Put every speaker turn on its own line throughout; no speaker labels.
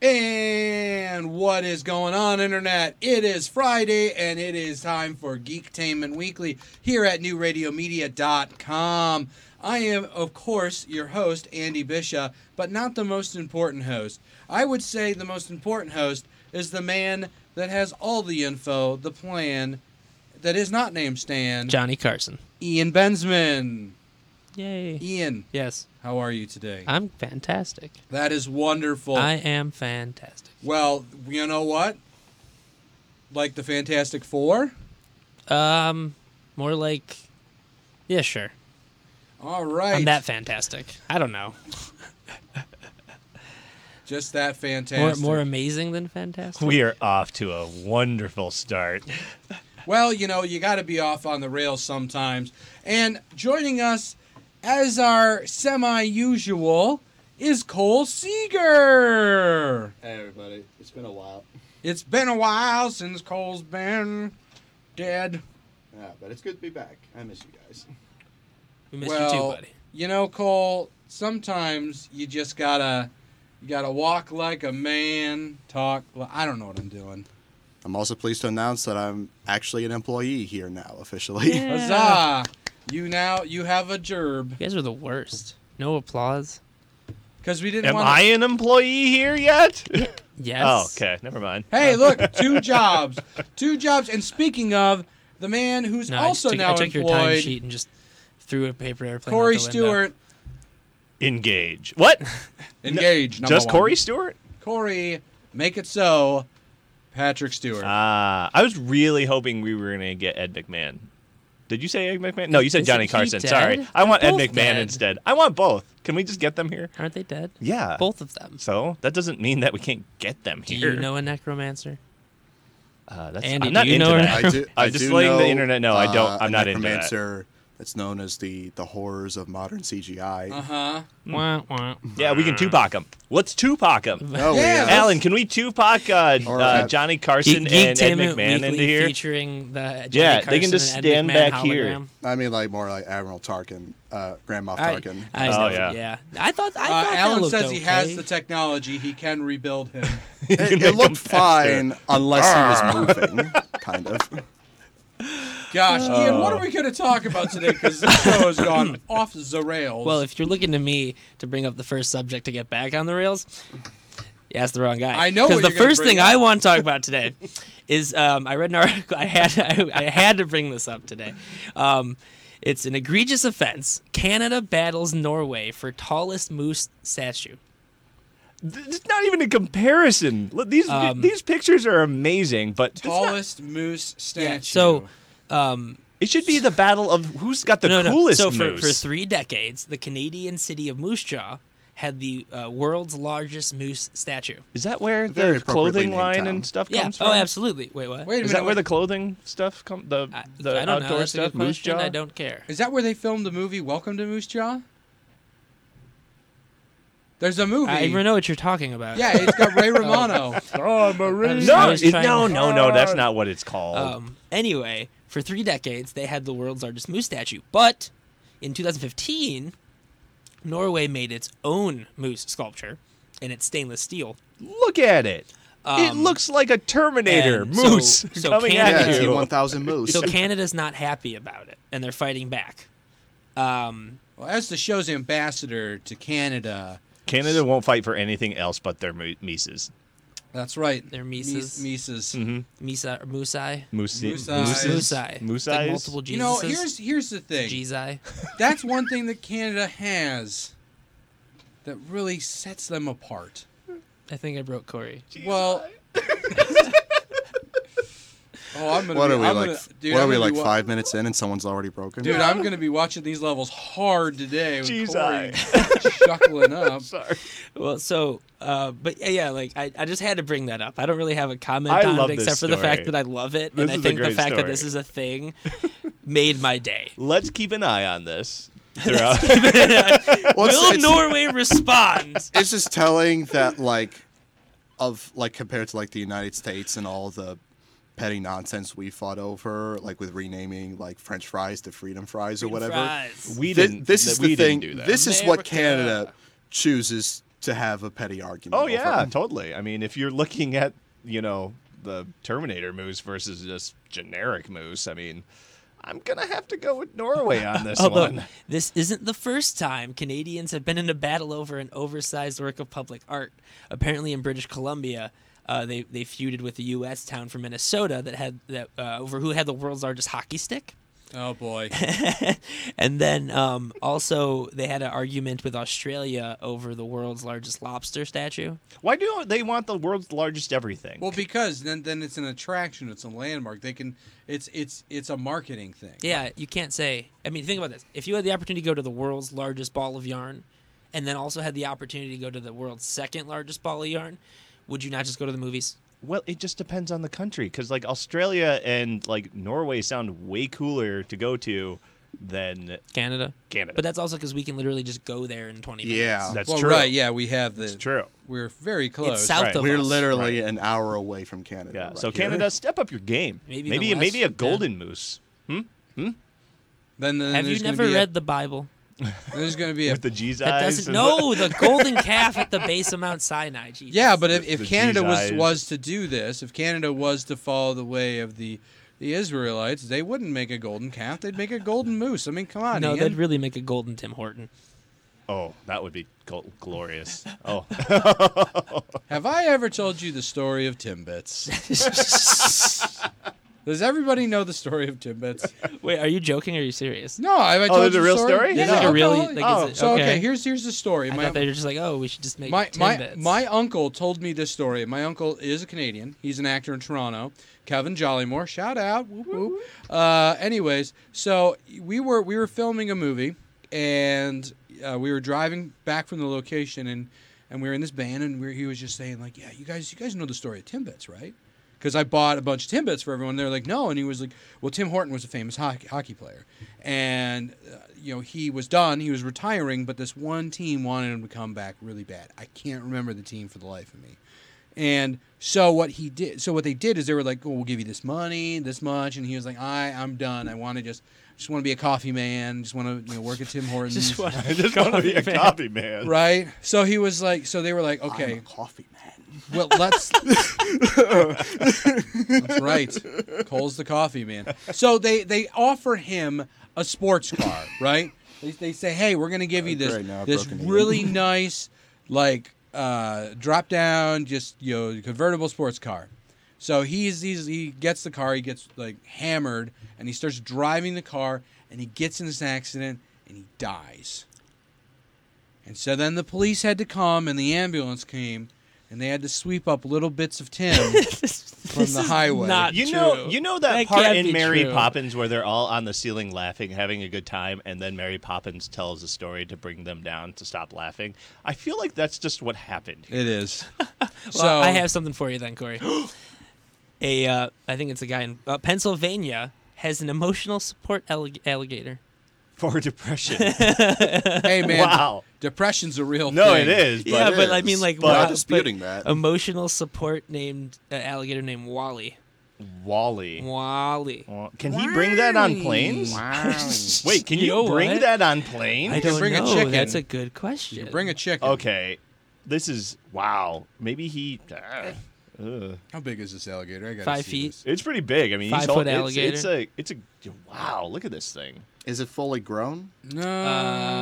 And what is going on, Internet? It is Friday, and it is time for Geektainment Weekly here at NewRadioMedia.com. I am, of course, your host, Andy Bisha, but not the most important host. I would say the most important host is the man that has all the info, the plan, that is not named Stan,
Johnny Carson.
Ian Bensman.
Yay.
Ian,
Yes.
how are you today?
I'm fantastic.
that is wonderful.
I am fantastic.
Well, you know what? Like the Fantastic Four?
Um, more like, yeah, sure.
All right.
I'm that fantastic. I don't know.
Just that
More,
fantastic.
more amazing than fantastic.
We are off to a wonderful start.
Well, you know, you got to be off on the rails sometimes. And joining us as our semi usual is Cole Seeger.
Hey everybody, it's been a while.
It's been a while since Cole's been dead.
Yeah, but it's good to be back. I miss you guys.
we missed
well,
you too, buddy.
You know, Cole, sometimes you just gotta you gotta walk like a man, talk like, I don't know what I'm doing.
I'm also pleased to announce that I'm actually an employee here now officially.
Yeah.
Huzzah! You now you have a gerb.
You guys are the worst. No applause.
Because we didn't
Am
want
I an employee here yet?
Yes.
Oh, okay. Never mind.
Hey, look, two jobs. Two jobs. And speaking of, the man who's
No,
also
I just took,
now
I took your time
employed,
sheet and just threw a paper airplane. out
Corey
the window.
Stewart,
Engage. What?
engaged. number
Just
one.
Corey Stewart?
Corey, make it so. Patrick Stewart.
Ah, I was really hoping we were gonna get Ed McMahon. Did you say Ed McMahon? No, you said
Isn't
Johnny
he
Carson.
dead?
Sorry, I want Ed
Both
McMahon
dead.
instead. I want both. Can we just get them here?
Aren't they dead?
Yeah.
Both of them.
So that doesn't mean that we can't get them
Do
here.
you know a necromancer?
Uh, that's,
Andy,
I'm not
do you
into
know her?
that.
I
do- I'm just letting the internet know I don't- I'm
uh, a
not into that.
necromancer That's known as the the horrors of modern CGI.
Uh huh.
Hmm.
Wah, wah.
Yeah, we can Tupac them. Let's Tupac them.
No, we,
Yeah,
uh,
Alan, can we Tupac uh,
Or,
uh,
uh,
Johnny Carson and Ed
Geektainment
McMahon into
Weekly
here?
featuring the Johnny
Yeah, they
Carson
can just
and Ed
stand
McMahon
back here.
hologram.
I mean, like more like Admiral Tarkin, uh, Grand Moff
I,
Tarkin.
I
Oh,
know,
yeah.
yeah. I thought I
Uh,
thought that
Alan
looked
says he has
okay.
the technology. He can rebuild him.
You can
it,
make
it
'em
looked
faster.
fine unless he was moving, kind of.
Gosh, Ian,
Oh.
what are we going to talk about today? Because this show has gone off the rails.
Well, if you're looking to me to bring up the first subject to get back on the rails, you asked the wrong guy.
I know what
because the
you're gonna
first
bring
thing
up.
I want to talk about today is um, I read an article. I had I, I had to bring this up today. Um, it's an egregious offense. Canada battles Norway for tallest moose statue.
Th- It's not even a comparison. Look, These
Um,
these pictures are amazing, but it's not-
tallest moose statue.
Yeah, so, um,
it should be the battle of who's got the
no, no.
coolest
So for,
moose.
for three decades, the Canadian city of Moose Jaw had the uh, world's largest moose statue.
Is that where
Very
the
appropriately
clothing
named
line
town.
and stuff
Yeah.
comes from?
Oh, absolutely. Wait, what?
Wait a
Is
minute.
that where the
wait-
clothing stuff comes? The
I,
the
I don't know.
outdoor
That's a
stuff,
good
moose
question.
jaw.
I don't care.
Is that where they filmed the movie Welcome to Moose Jaw? There's a movie.
I even know what you're talking about.
Yeah, it's got Ray Romano.
Oh,
Marie. I
No,
was
it-
trying-
no, no, no. That's not what it's called.
Um, anyway, for three decades, they had the world's largest moose statue. But in 2015, Norway made its own moose sculpture, and it's stainless steel.
Look at it. it
Um,
looks like a Terminator
and so-
moose
so
coming
Canada-
at
Yeah,
Thank
you.
T1000 Moose.
So Canada's not happy about it, and they're fighting back. Um,
Well, as the show's ambassador to Canada,
Canada won't fight for anything else but their mo- Mises.
that's right.
They're
Mis-
Mises. Mm-hmm.
Mises.
Misa or Musai.
Moose.
Moose
Mooses?
Mooses?
Musai. It's
Moose
Like
eyes?
multiple
You know,
Jesuses.
here's here's the thing.
Jesi.
That's one thing that Canada has that really sets them apart.
I think I broke Corey.
Well. Oh, I'm gonna
what
be,
are we
I'm
like?
gonna- dude,
what
I'm
are we
gonna
like?
be wa-
Five minutes in, and someone's already broken.
Dude, I'm gonna be watching these levels hard today. With
Jeez,
Corey chuckling up.
Sorry.
Well, so, uh, but yeah, yeah, like I, I just had to bring that up. I don't really have a comment
I
on
love
it
this
except for the fact
story.
that I love it,
This
and I
is a
think the
great
fact that
story.
this is a thing made my day.
Let's keep an eye on this. throughout.
Well, it's-
Will
it's-
Norway respond?
it's just telling that like of like compared to like the United States and all the petty nonsense we fought over, like with renaming like French fries to freedom fries or whatever.
Fries.
we
Thi-
didn't.
this
th-
is
we
the thing.
Didn't do that.
This is what
America.
Canada chooses to have a petty argument.
Oh
over.
yeah, totally. I mean, if you're looking at you know the Terminator moves versus just generic moves, I mean, I'm gonna have to go with Norway on this
Although
one.
this isn't the first time Canadians have been in a battle over an oversized work of public art. Apparently, in British Columbia, uh, they they feuded with a U.S. town from Minnesota that had that uh, over who had the world's largest hockey stick.
Oh boy.
and then um, also they had an argument with Australia over the world's largest lobster statue.
Why do they want the world's largest everything?
Well, because then then it's an attraction. It's a landmark. They can. It's it's it's a marketing thing.
Yeah, you can't say. I mean, think about this. If you had the opportunity to go to the world's largest ball of yarn, and then also had the opportunity to go to the world's second largest ball of yarn, would you not just go to the movies?
Well, it just depends on the country because like Australia and like Norway sound way cooler to go to than
Canada.
Canada.
But that's also because we can literally just go there in 20 minutes.
Yeah.
that's
well,
true.
right. Yeah, we have the.
It's true.
We're very close.
It's south
Right.
of
We're
us.
literally an hour away from Canada.
Yeah.
right
so
here.
Canada, step up your game.
Maybe
Maybe
even
maybe,
less,
maybe
yeah.
a golden moose
Then, then
Have you
there's gonna
never
be a-
read the Bible?
there's going to be a.
with the G's
That
eyes.
doesn't.
and-
No, the golden calf at the base of Mount Sinai. Jesus.
yeah, but if,
the
if Canada
G's
was
eyes.
was to do this, if Canada was to follow the way of the the Israelites, they wouldn't make a golden calf. They'd make a golden moose. I mean, come on.
no,
Ian.
that'd really make a golden Tim Horton.
Oh, that would be gl- glorious. Oh,
Have I ever told you the story of Timbits? Does everybody know the story of Timbits?
Wait, are you joking? Or are you serious?
No, I, I told
there's
you
a
the
real
story.
story?
Yeah.
Is it
a really-
Okay.
like, is
oh,
it-
so okay.
okay.
Here's here's the story.
I
My
thought they were just like, oh, we should just make
my, my,
Timbits.
my uncle told me this story. My uncle is a Canadian. He's an actor in Toronto. Kevin Jollymore, shout out. Whoop, whoop. Uh, anyways, so we were we were filming a movie, and uh, we were driving back from the location, and and we were in this van, and we were, he was just saying like, yeah, you guys you guys know the story of Timbits, right? because I bought a bunch of Timbits for everyone. They're like, no, and he was like, well, Tim Horton was a famous hockey, hockey player, and uh, you know he was done, he was retiring, but this one team wanted him to come back really bad. I can't remember the team for the life of me. And so what he did, so what they did is they were like, oh, we'll give you this money, this much, and he was like, I, I'm done. I want to just, just want to be a coffee man. Just want to, you know, work at Tim Hortons.
just want
I just want to be a copy man.
Right, so he was like, so they were like,
I'm
okay,
a coffee man.
well, let's. That's right. Cole's the coffee man. So they they offer him a sports car, right? They, they say, hey, we're gonna give you this
Great, now I've
this
broken even.
really nice like uh, drop down, just you know, convertible sports car. So he's, he's he gets the car, he gets like hammered, and he starts driving the car, and he gets in this accident, and he dies. And so then the police had to come, and the ambulance came, and they had to sweep up little bits of Tim from the highway.
not-
You
True.
know, you know that,
That
part
can't be
in Mary
true.
Poppins where they're all on the ceiling laughing, having a good time, and then Mary Poppins tells a story to bring them down to stop laughing. I feel like that's just what happened.
It is. so
Well, I have something for you then, Corey. a, uh, I think it's a guy in uh, Pennsylvania has an emotional support allig- alligator.
For depression.
hey man,
wow.
depression's a real
No,
thing.
it is. But
yeah,
it
but I
is,
mean, like,
but-
wow,
Not disputing that.
Emotional support named uh, alligator named Wally.
Wally.
Wally.
Wa- Can he bring that on planes? Wait, can you,
You know
bring
what?
that on
I
planes?
don't
bring a
know.
chicken.
That's a good question.
Bring a chicken.
Okay. This is wow. Maybe he. ah. Ugh.
How big is this alligator? I got
Five feet.
It's pretty big. I mean, he's
Five
all-
foot
it's- It's,
alligator.
a. It's a. Wow. Look at this thing.
Is it fully grown?
No.
Um,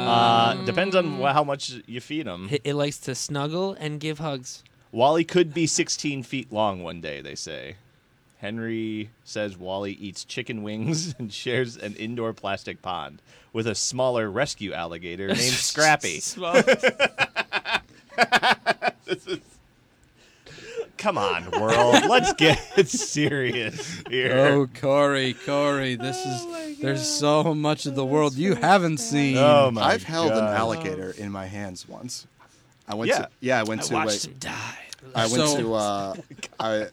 Uh, depends on wh- how much you feed him.
It, it likes to snuggle and give hugs.
Wally could be 16 feet long one day, they say. Henry says Wally eats chicken wings and shares an indoor plastic pond with a smaller rescue alligator named Scrappy.
Small-
Come on, world. Let's get serious here.
oh, Corey, Corey, this
Oh
is. there's so much of the world you haven't seen.
Oh my
I've held an
God.
alligator in my hands once. I went
Yeah.
to yeah, I went
I
to
watched
like,
him die.
I went
So-
to uh, I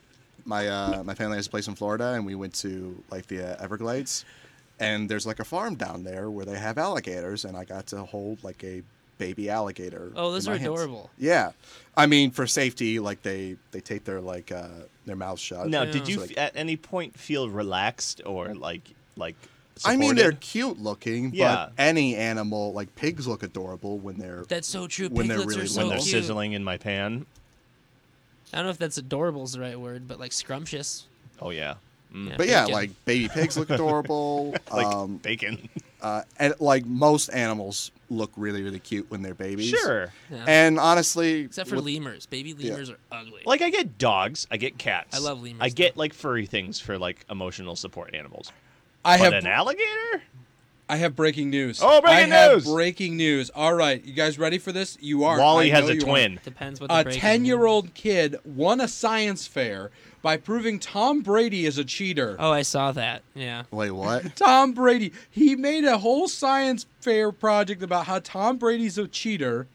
my uh, my family has a place in Florida, and we went to like the uh, Everglades, and there's like a farm down there where they have alligators, and I got to hold like a baby alligator.
Oh, those
in my
are
hands.
adorable.
Yeah, I mean for safety, like they they tape their like uh their mouths shut.
Now,
Yeah.
did you
It's like-
at any point feel relaxed or like like?
I mean they're
supported?
cute looking,
Yeah.
but any animal like pigs look adorable when they're
That's so true.
When they're
Piglets
really
are so
when they're
cute.
sizzling in my pan.
I don't know if that's adorable is the right word, but like scrumptious.
Oh yeah, Mm.
But yeah,
bacon.
like baby pigs look adorable.
like
um,
bacon.
uh, and like most animals look really really cute when they're babies.
sure.
Yeah.
And honestly,
except for
with-
lemurs. Baby lemurs are ugly.
Like I get dogs, I get cats.
I love lemurs,
I get
though.
like furry things for like emotional support animals.
I
but
have
an alligator?
I have breaking news.
Oh, breaking
I
news!
Have breaking news. All right, you guys ready for this? You are.
Wally
I
has
know
a
you are.
twin.
depends what the
A
break is.
10 year old kid won a science fair by proving Tom Brady is a cheater.
Oh, I saw that. Yeah.
Wait, what?
Tom Brady. He made a whole science fair project about how Tom Brady's a cheater,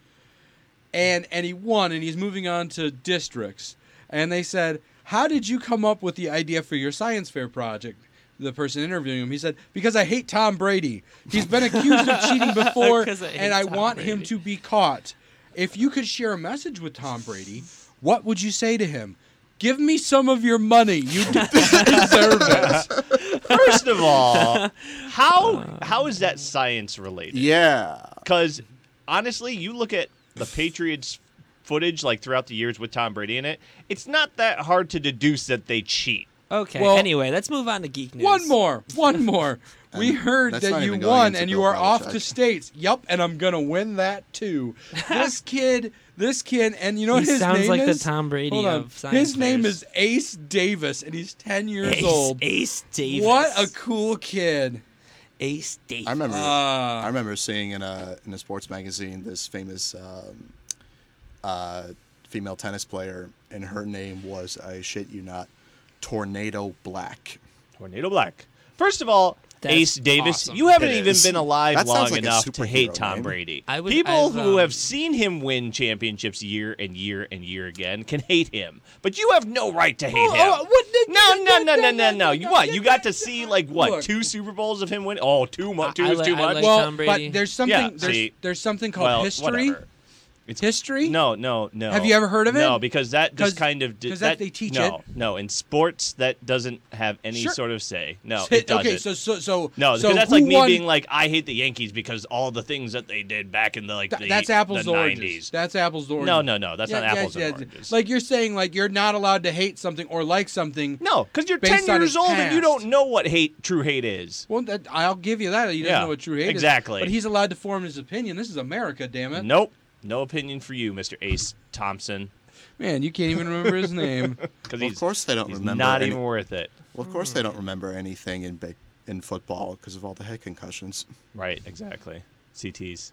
and and he won, and he's moving on to districts. And they said, "How did you come up with the idea for your science fair project?" The person interviewing him, he said, "Because I hate Tom Brady. He's been accused of cheating before,
'Cause I hate
and I
Tom
want him
Brady."
to be caught. If you could share a message with Tom Brady, what would you say to him?" Give me some of your money. You deserve it.
First of all,
Uh,
how how is that science related?
yeah.
Because honestly, you look at the Patriots footage like throughout the years with Tom Brady in it. It's not that hard to deduce that they cheat.
Okay.
Well-
anyway, let's move on to geek news.
One more, one more. we heard
that's
that
not
you
even going
won
into
and
Bill
you are off
Belichick.
to states. Yup, and I'm gonna win that too. This kid, this kid, and you know
He
what his
sounds
name
like the
is?
Tom Brady
Hold on.
of science
His name
fairs.
is Ace Davis, and he's ten years
Ace,
old.
Ace Davis.
What a cool kid!
Ace Davis.
I remember. I
Uh,
remember seeing in a in a sports magazine this famous um, uh, female tennis player, and her name was I shit you not, Tornado Black.
Tornado Black. First of all,
That's
Ace Davis,
awesome.
you haven't
It
even
is.
been alive
That
long
sounds like a
enough to hate
superhero
Tom
name.
Brady.
I would-
People
I've,
who
um,
have seen him win championships year and year and year again can hate him, but you have no right to hate
Oh,
him.
oh, what the-
no, no, no, no, no, no.
no,
You
no,
what?
no,
You
no,
got to
no,
see
no.
like what
Look.
two Super Bowls of him win? Oh, too much. Two
I- I
is
li-
too
I
much.
like
well,
Tom Brady.
but there's something.
Yeah,
there's
see.
there's something called
well,
history.
whatever.
History.
No, no, no.
Have you ever heard of it?
No, because that
'Cause-
just kind of
'cause
does
that they teach
no,
it.
No, in sports that doesn't have any
Sure.
sort of say. No,
Hi-
it doesn't.
okay, so so so
No,
so
because that's
who
like me
won-
being like, I hate the Yankees because all the things that they did back in the like
Th-
the,
that's apples
the
to oranges.
90s.
That's apples to oranges.
No, no, no, that's
Yeah,
not
yeah,
apples
yeah,
and oranges.
Like you're saying, like you're not allowed to hate something or like something.
no, because you're
based
ten
on
years
his
old and you don't
past.
know what hate true hate is.
Well, that, I'll give you that. He doesn't
Yeah,
know what true hate
exactly.
is. But he's allowed to form his opinion. This is America, damn it.
Nope, no opinion for you, Mr. Ace Thompson,
Man, you can't even remember his name.
because
Well,
he's
of course they don't
he's
remember.
not
any-
even worth it.
well, of
Hmm.
course they don't remember anything in big in football because of all the head concussions.
Right, exactly. CTs.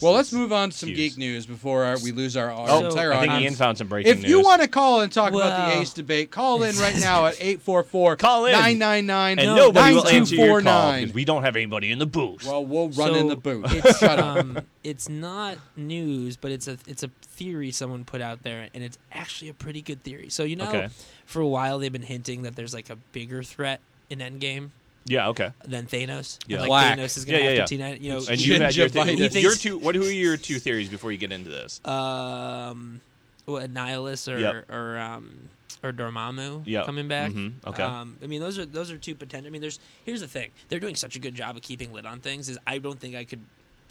Well, let's move on to some
Hughes.
geek news before our, we lose our, our
So-
entire
Oh, I think
audience.
Ian found some breaking
if you
news.
want to call and talk about the
Well.
Ace debate, call in right now at 844
Call in.
999
and nobody will answer your call
9249.
because we don't have anybody in the booth.
Well, we'll run
So
in the booth.
It's,
Shut up.
um, it's not news, but it's a it's a theory someone put out there, and it's actually a pretty good theory. So you know,
Okay.
for a while they've been hinting that there's like a bigger threat in Endgame
yeah, okay.
than Thanos. and,
Yeah.
like
Black.
Thanos is gonna
Yeah, yeah,
have to T9. You know,
And you had your,
Gingivitis.
th-
He
your
thinks-
two. What who are your two theories before you get into this?
um, what, Nihilus or
Yep.
or um or Dormammu
Yep.
coming back.
Mhm. Okay.
Um, I mean, those are those are two potential. I mean, there's here's the thing. They're doing such a good job of keeping lid on things. Is I don't think I could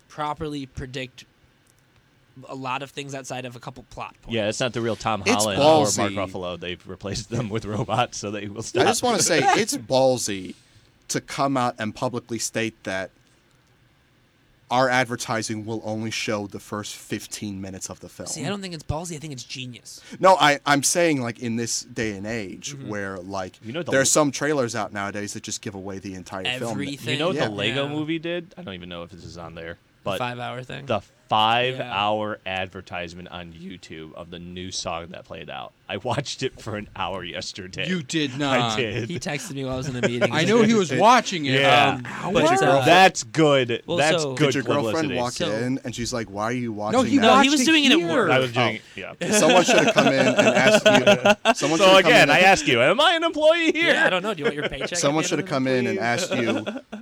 properly predict a lot of things outside of a couple plot points.
Yeah, it's not the real Tom
It's
Holland or Mark
ballsy.
Ruffalo. They've replaced them with robots, so they will stop.
I just want to say it's ballsy to come out and publicly state that our advertising will only show the first 15 minutes of the film.
See, I don't think it's ballsy. I think it's genius.
no, I, I'm saying like in this day and age where like
Mm-hmm. You know the-
there are some trailers out nowadays that just give away the entire film.
Everything.
You know what
Yeah.
the Lego
Yeah.
movie did? I don't even know if this is on there, but
Five hour thing.
the five
Yeah.
hour advertisement on YouTube of the new song that played out. I watched it for an hour yesterday.
You did not.
I did.
He texted me while I was in a meeting.
I know he was watching it.
Yeah.
Um,
But,
But
uh,
that's good.
well,
that's
so-
good
Did your girlfriend
publicity.
walk
So-
in and she's like, "Why are you watching?"
no, he,
that?
No,
watched
he was doing it at
here.
work.
I was doing yeah.
Someone should have come in and asked you. Someone should
So
have
again,
come
I
in
asked you, am I an employee here?
Yeah, I don't know. Do you want your paycheck? at
Someone
the
should
end
have
of
come
the-
in and asked you,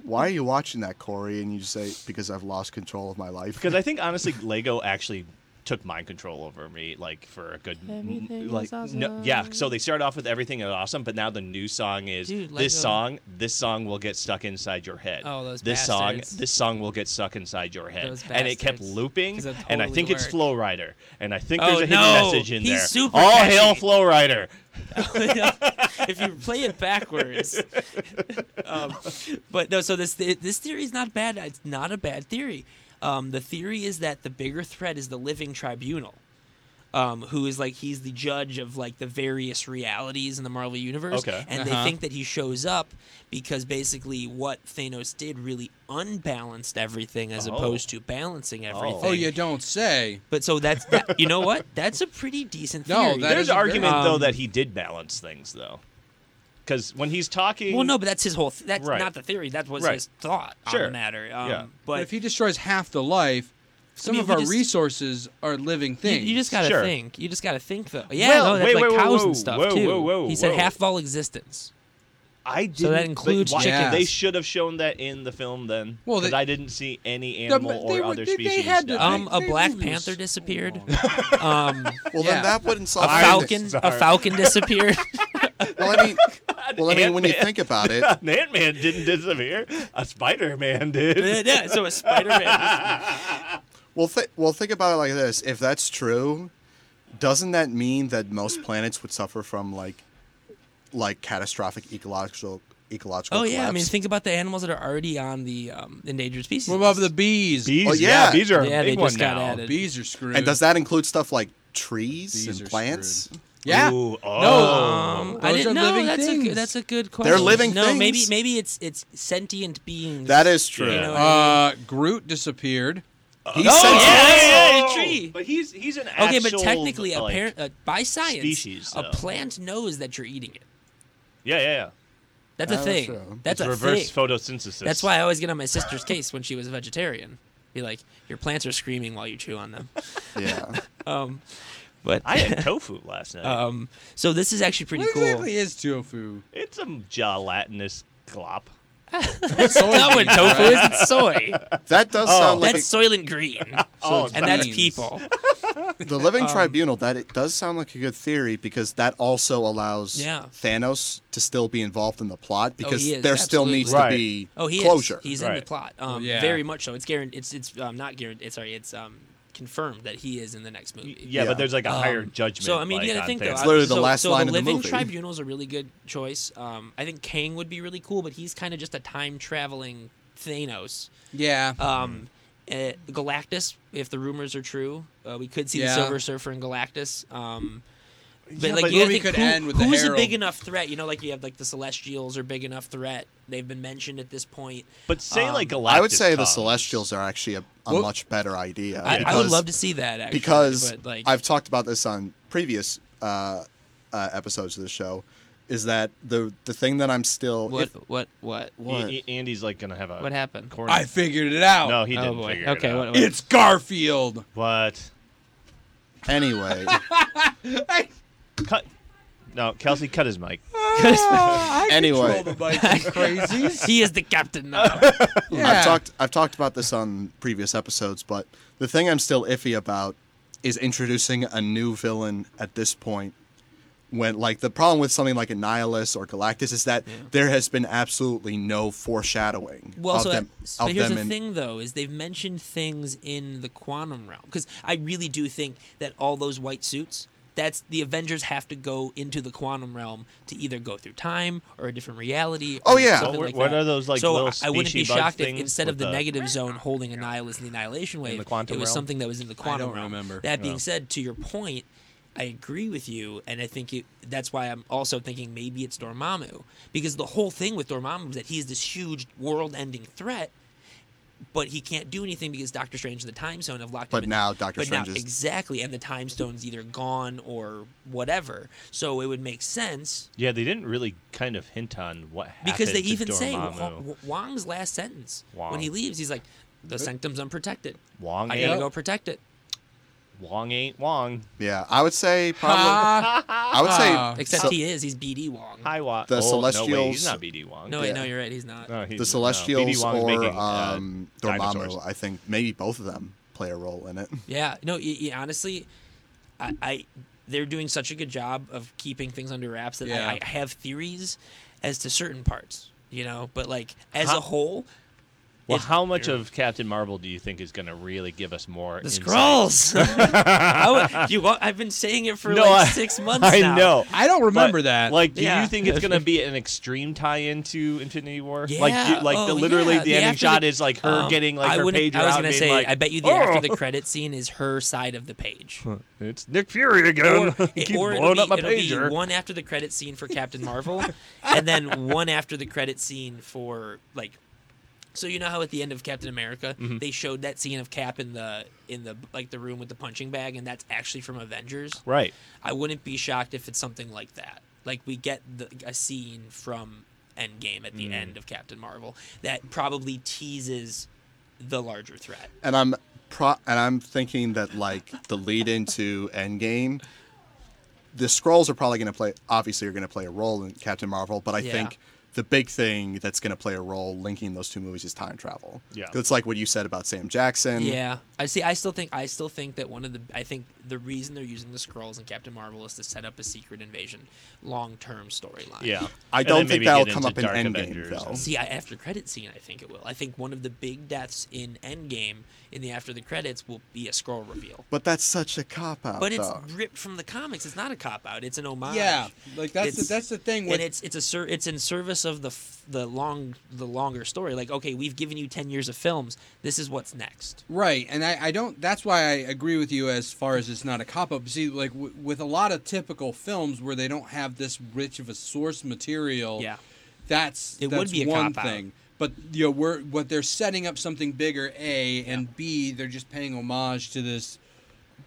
"Why are you watching that, Corey?" And you just say, "Because I've lost control of my life."
Because I think honestly, Lego actually took mind control over me, like for a good,
Everything
like
is awesome.
no, yeah. So they started off with everything is awesome, but now the new song is
Dude, Lego.
this song. This song will get stuck inside your head.
Oh, those
This
bastards.
song, this song will get stuck inside your head,
Those
and it kept
bastards.
looping.
'Cause it
and I
totally
think it's
worked.
Flow Rider, and I think
Oh,
there's a
no.
hidden message in
He's
there.
super
All
catchy.
hail Flow Rider.
if you play it backwards. um, but no, so this this theory is not bad. It's not a bad theory. Um, the theory is that the bigger threat is the living tribunal, um, who is like he's the judge of like the various realities in the Marvel universe,
Okay.
and
Uh-huh.
they think that he shows up because basically what Thanos did really unbalanced everything as
Oh.
opposed to balancing everything.
Oh, you don't say.
But so that's that, you know what? That's a pretty decent
No,
theory.
that
There's
is a very-
argument though
Um,
that he did balance things though, because when he's talking,
Well, no, but that's his whole. Th- that's
Right.
not the theory. That was
Right.
his thought on
Sure.
the matter. Um,
Yeah.
But
But
if he destroys half the life, some
mean,
of
we
our
just-
resources are living
you,
things.
you just gotta
Sure.
think. You just gotta think, though. Yeah,
Well,
no, that's
wait,
like
wait, whoa,
cows
whoa,
and stuff
whoa,
too.
whoa, whoa,
he said
whoa.
half of all existence.
I didn't.
that
but
includes
why-
chickens.
They should have shown that in the film then.
Well,
Well,
they-
I didn't see any
The-
animal
they
or
were-
other
they- they
species.
had to-
die.
Um, a
they
black
lose
panther
so
disappeared. um,
Yeah.
well, then that wouldn't
a
solve
falcon,
anything.
a falcon disappeared.
Well, I mean, well, I mean, when you
Ant-Man.
think about it,
An Ant Man didn't disappear. A Spider Man did.
yeah, so a Spider-Man.
Well, th- well, think about it like this: if that's true, doesn't that mean that most planets would suffer from like, like catastrophic ecological ecological?
oh yeah, I mean,
collapse?
think about the animals that are already on the um, endangered species.
What about
list.
the bees?
Bees,
Oh,
yeah.
yeah.
bees are
Yeah,
a
they
big
just
one
got
now.
added.
Bees are screwed.
and does that include stuff like trees
Bees
and
are
plants?
screwed. Yeah.
Ooh, oh.
No.
Um,
Those
I didn't
are
know.
living
that's a
things.
good, that's a good question.
They're living
no, maybe
things.
maybe it's it's sentient beings.
That is true.
Yeah.
You know,
Uh, Groot disappeared.
He's
Oh,
sentient.
yeah. that's- yeah, a tree.
But he's he's an
Okay,
actual,
but technically,
like,
apparent, uh, by science,
species,
a
though.
plant knows that you're eating it.
Yeah, yeah, yeah.
That's a
Oh,
thing.
true.
That's
it's
a
reverse
thing.
photosynthesis.
That's why I always get on my sister's case when she was a vegetarian. Be like, your plants are screaming while you chew on them.
Yeah.
Um, but
I had tofu last night.
um, so this is actually pretty
what
cool.
exactly is tofu?
it's a gelatinous glop.
That's
Not what tofu is. It's soy.
That does sound like
Oh. That's Soylent Green,
Oh,
and that's
beans.
people.
the
Um,
Living Tribunal. That it does sound like a good theory because that also allows
Yeah. Oh,
Thanos to still be involved in the plot because
he is,
there still
absolutely.
needs
Right.
to be
Oh, he
closure.
Is. He's in the
Right.
plot. Um,
yeah.
very much so. It's guaranteed. It's it's um, not guaranteed. Sorry, it's um confirmed that he is in the next movie.
Yeah,
Yeah.
but there's like a higher
Um,
judgment.
So I mean, you
like,
gotta
on
think
things.
though. I-
literally the
so-
last
so
line in the
Living
movie.
Tribunal's a really good choice. Um, I think Kang would be really cool, but he's kind of just a time traveling Thanos.
Yeah.
Um,
Hmm.
uh, Galactus, if the rumors are true, uh, we could see
Yeah.
the Silver Surfer and Galactus. Um, but
Yeah,
like,
but
you gotta
movie
think
could
who-
end with the
who's a
Herald.
big enough threat? You know, like you have like the Celestials are big enough threat. They've been mentioned at this point.
But say like Galactus.
I would say the
comes.
Celestials are actually a, a
Well-
much better idea.
I, I would love to see that actually,
Uh, because
but, like,
I've talked about this on previous uh, uh, episodes of the show. Is that the the thing that I'm still?
what
if-
what what
A-
What?
A- Andy's like gonna have a.
what happened?
Corner.
I figured it out.
No, he
Oh,
didn't
boy.
figure
Okay,
it
what-
out.
It's Garfield.
What?
anyway,
I,
Cut. No, Kelsey, cut his mic.
I
Anyway.
control the bike, you crazies.
he is the captain now.
Yeah.
I've talked I've talked about this on previous episodes, but the thing I'm still iffy about is introducing a new villain at this point. When like the problem with something like Annihilus or Galactus is that there has been absolutely no foreshadowing
Well,
of
so
them.
that-
of
but here's
them
the
in-
thing, though, is they've mentioned things in the quantum realm because I really do think that all those white suits. That's the Avengers have to go into the quantum realm to either go through time or a different reality. or
Oh, yeah.
something
What-
like
what
that.
are those, like,
So
little
I I wouldn't be
species bug
shocked if
things
instead of
with
the,
the-
negative zone holding Annihilus and the Annihilation Wave,
the quantum
it was
realm?
something that was in the quantum
don't
realm.
remember.
That being said, to your point, I agree with you, and I think it, that's why I'm also thinking maybe it's Dormammu because the whole thing with Dormammu is that he's this huge world-ending threat, but he can't do anything because Doctor Strange and the Time Stone have locked
But
him. in-
now Doctor
but now,
Strange is
exactly, and the Time Stone's either gone or whatever. So it would make sense
Yeah, they didn't really kind of hint on what happened
because they
to
even say
Dormammu.
Wong- Wong's last sentence
Wong.
when he leaves. He's like, "The sanctum's unprotected.
Wong
I
ain't
gotta go protect it."
Wong ain't Wong.
yeah. I would say probably.
Ah,
I would
Ah.
say
Except
so-
he is. He's BD Wong.
Hi Wong.
The
oh, No, wait,
Celestials-
he's not BD Wong.
No, wait,
Yeah.
no, you're right. He's not.
No, he's-
the
no, BD
Celestials
Wong's
or
making, uh,
um,
dinosaurs.
Dormammu. I think maybe both of them play a role in it.
Yeah, no, y y honestly, I, I they're doing such a good job of keeping things under wraps that
Yeah.
I, I have theories as to certain parts, you know, but like as
How-
a whole,
Well,
It's-
how much of Captain Marvel do you think is going to really give us more?
the
insight?
scrolls. I, wa- you, wa- I've been saying it for
No,
like
I-
six months.
I
now.
know.
I don't remember
But,
that.
Like, do
Yeah.
you think it's going to be an extreme tie-in to Infinity War?
Yeah,
Like, do, like the
oh,
literally
yeah,
the
the
ending
after
shot
the-
is like her
Um,
getting like
I
her
wouldn't-
pager
I was
out.
gonna
and being
say,
like, "Oh!"
I bet you the after the credit scene is her side of the page.
It's Nick Fury again.
or,
He keeps
or it'll
blowing
be,
up my
it'll be
pager.
one after the credit scene for Captain Marvel, and then one after the credit scene for like. So you know how at the end of Captain America
Mm-hmm.
they showed that scene of Cap in the in the like the room with the punching bag, and that's actually from Avengers.
Right.
I wouldn't be shocked if it's something like that. Like we get the, a scene from Endgame at the
Mm.
end of Captain Marvel that probably teases the larger threat.
and I'm pro- and I'm thinking that like the lead into Endgame, the scrolls are probably going to play. Obviously, are going to play a role in Captain Marvel, but I
Yeah.
think the big thing that's going to play a role linking those two movies is time travel.
Yeah.
it's like what you said about Sam Jackson.
Yeah, I see. I still think I still think that one of the I think the reason they're using the scrolls in Captain Marvel is to set up a secret invasion, long term storyline.
Yeah.
I
And
don't
then
think
maybe
that'll
get
come
into
up in
Dark
Endgame,
Avengers
though.
and-
See, I, after credit scene, I think it will. I think one of the big deaths in Endgame in the after the credits will be a scroll reveal.
but that's such a cop out.
But it's
though.
ripped from the comics. It's not a cop out. It's an homage.
yeah, like that's the,
It's-
that's the thing with
and it's it's a ser- it's in service of the f- the long the longer story. Like, okay, we've given you ten years of films. This is what's next.
Right, and I, I don't. That's why I agree with you as far as it's not a cop up. See, like w- with a lot of typical films where they don't have this rich of a source material.
Yeah.
that's
It would
that's
be a
one
cop-out.
thing. But you know, we're what they're setting up something bigger. A and B, they're just paying homage to this,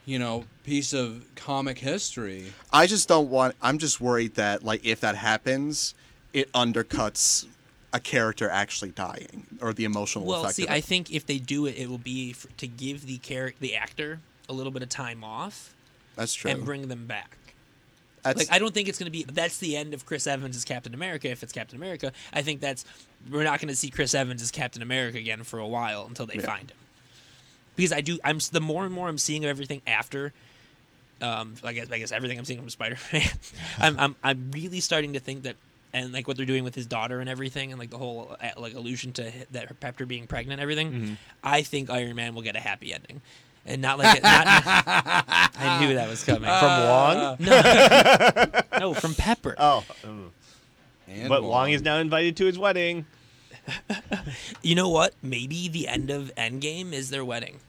you know, piece of comic history.
I just don't want. I'm just worried that like if that happens, it undercuts a character actually dying or the emotional
Well,
effect.
see,
of
I
it.
think if they do it, it will be for, to give the character, the actor, a little bit of time off
that's true.
and bring them back.
that's,
Like, I don't think it's going to be that's the end of Chris Evans as Captain America. If it's Captain America, I think that's we're not going to see Chris Evans as Captain America again for a while until they
Yeah.
find him. Because I do, I'm s- the more and more I'm seeing of everything after. Um, I guess I guess everything I'm seeing from Spider Man, I'm, I'm I'm really starting to think that, and like what they're doing with his daughter and everything, and like the whole uh, like allusion to hi- that her Pepper being pregnant, and everything.
Mm-hmm.
I think Iron Man will get a happy ending, and not like it, not, I knew that was coming.
From
Uh,
Wong.
no, from Pepper.
Uh,
Oh.
Mm.
And
But Wong
Wong.
is now invited to his wedding.
You know what? Maybe the end of Endgame is their wedding.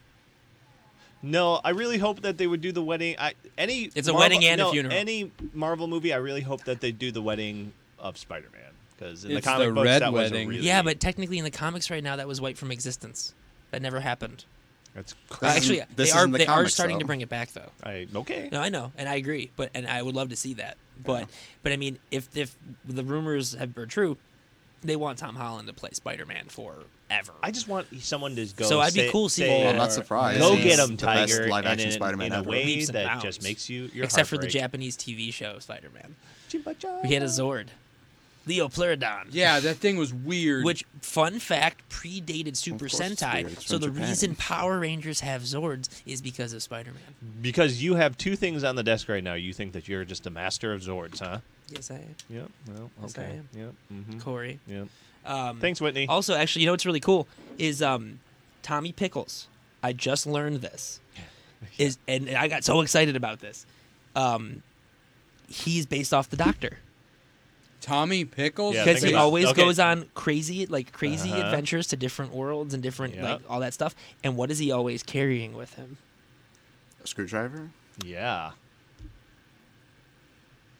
No, I really hope that they would do the wedding. I, any
It's a wedding and a
no,
funeral.
Any Marvel movie, I really hope that they do the wedding of Spider-Man because in
It's
the comic
the
books
red
that
wedding.
was a really,
Yeah, but technically in the comics right now, that was wiped from existence. That never happened.
that's
Uh,
crazy.
This
actually,
isn't- this
they are
isn't the
they are
comics,
starting to
though.
bring it back though.
I, okay.
No, I know, and I agree, but and I would love to see that. But but I mean, if if the rumors have, are true, they want Tom Holland to play Spider Man forever.
I just want someone to go.
So I'd be
say-
cool
say,
seeing that.
Well, I'm not surprised.
Go
He's
get him,
the best
Tiger,
live
and
action
in,
Spider-Man
in a
ever.
way
Leaps and
that
bounds.
just makes you your
except for the
heart
Japanese TV show Spider Man.
break.
We had a Zord, Leo Pleurodon.
yeah, that thing was weird.
Which, fun fact, predated Super
course it's
Sentai.
weird. It's
so
from
the
Japan.
reason Power Rangers have Zords is because of Spider Man.
Because you have two things on the desk right now. You think that you're just a master of Zords, huh?
Yes, I
Mm-hmm.
am.
Yep. Well,
Yes, I
okay.
am.
Yep.
Mm,
Mm-hmm.
Corey.
Yep.
Um,
Thanks, Whitney.
Also, actually, you know what's really cool is um, Tommy Pickles. I just learned this. Is and I got so excited about this. Um, he's based off the Doctor.
Tommy Pickles?
Yeah,
because
think
he
about-
always
okay.
goes on crazy like crazy
Uh-huh.
adventures to different worlds and different
Yeah.
like all that stuff and what is he always carrying with him
A screwdriver.
Yeah.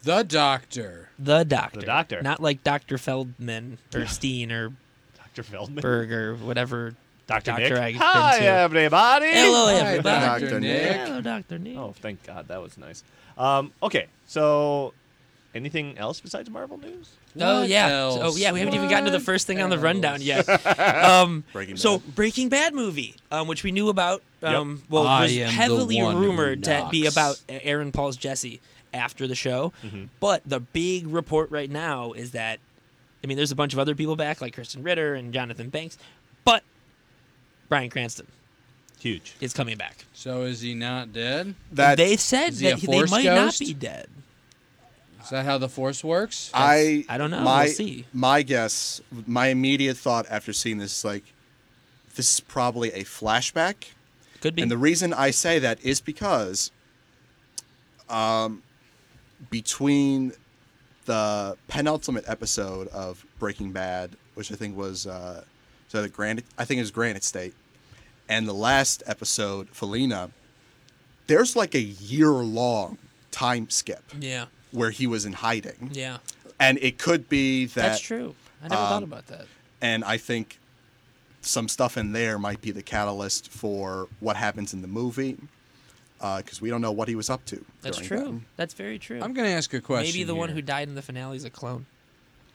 the Doctor.
the doctor
doctor.
not like dr feldman or steen or
Dr. Feldman.
berg or whatever
Dr.
Dr.
Nick.
I've
Hi, uh,
been to-
everybody.
Hello,
Hi,
everybody.
Dr. Nick.
Hello, Dr. Nick.
Oh, thank God. That was nice. Um, okay, so anything else besides Marvel news?
Oh
What
yeah.
else?
Oh yeah. We haven't even gotten to the
What
first thing on the
else?
rundown yet. Um,
Breaking
so
Bad.
Breaking Bad movie, um, which we knew about. Um, Well,
I
was
am the
heavily
one who
rumored to be
knocks.
about Aaron Paul's Jesse after the show, but the big report right now is that, I mean, there's a bunch of other people back like Kristen Ritter and Jonathan Banks, but Brian Cranston
Huge.
is coming back.
So is he not dead?
That
they said
is he a
that he- they
force
might
ghost?
not be dead.
Is that how the Force works?
I
I don't know.
My,
We'll see.
My guess, my immediate thought after seeing this is like, this is probably a flashback.
Could be.
And the reason I say that is because um, between the penultimate episode of Breaking Bad, which I think was uh, so the Granite, I think it was Granite State, and the last episode, Felina, there's like a year long time skip
yeah.
where he was in hiding,
Yeah.
and it could be that
That's true. I never thought about that.
and I think some stuff in there might be the catalyst for what happens in the movie because we don't know what he was up to.
That's
during
true.
that.
That's very true.
I'm gonna ask a question.
Maybe the one
here.
who died in the finale is a clone.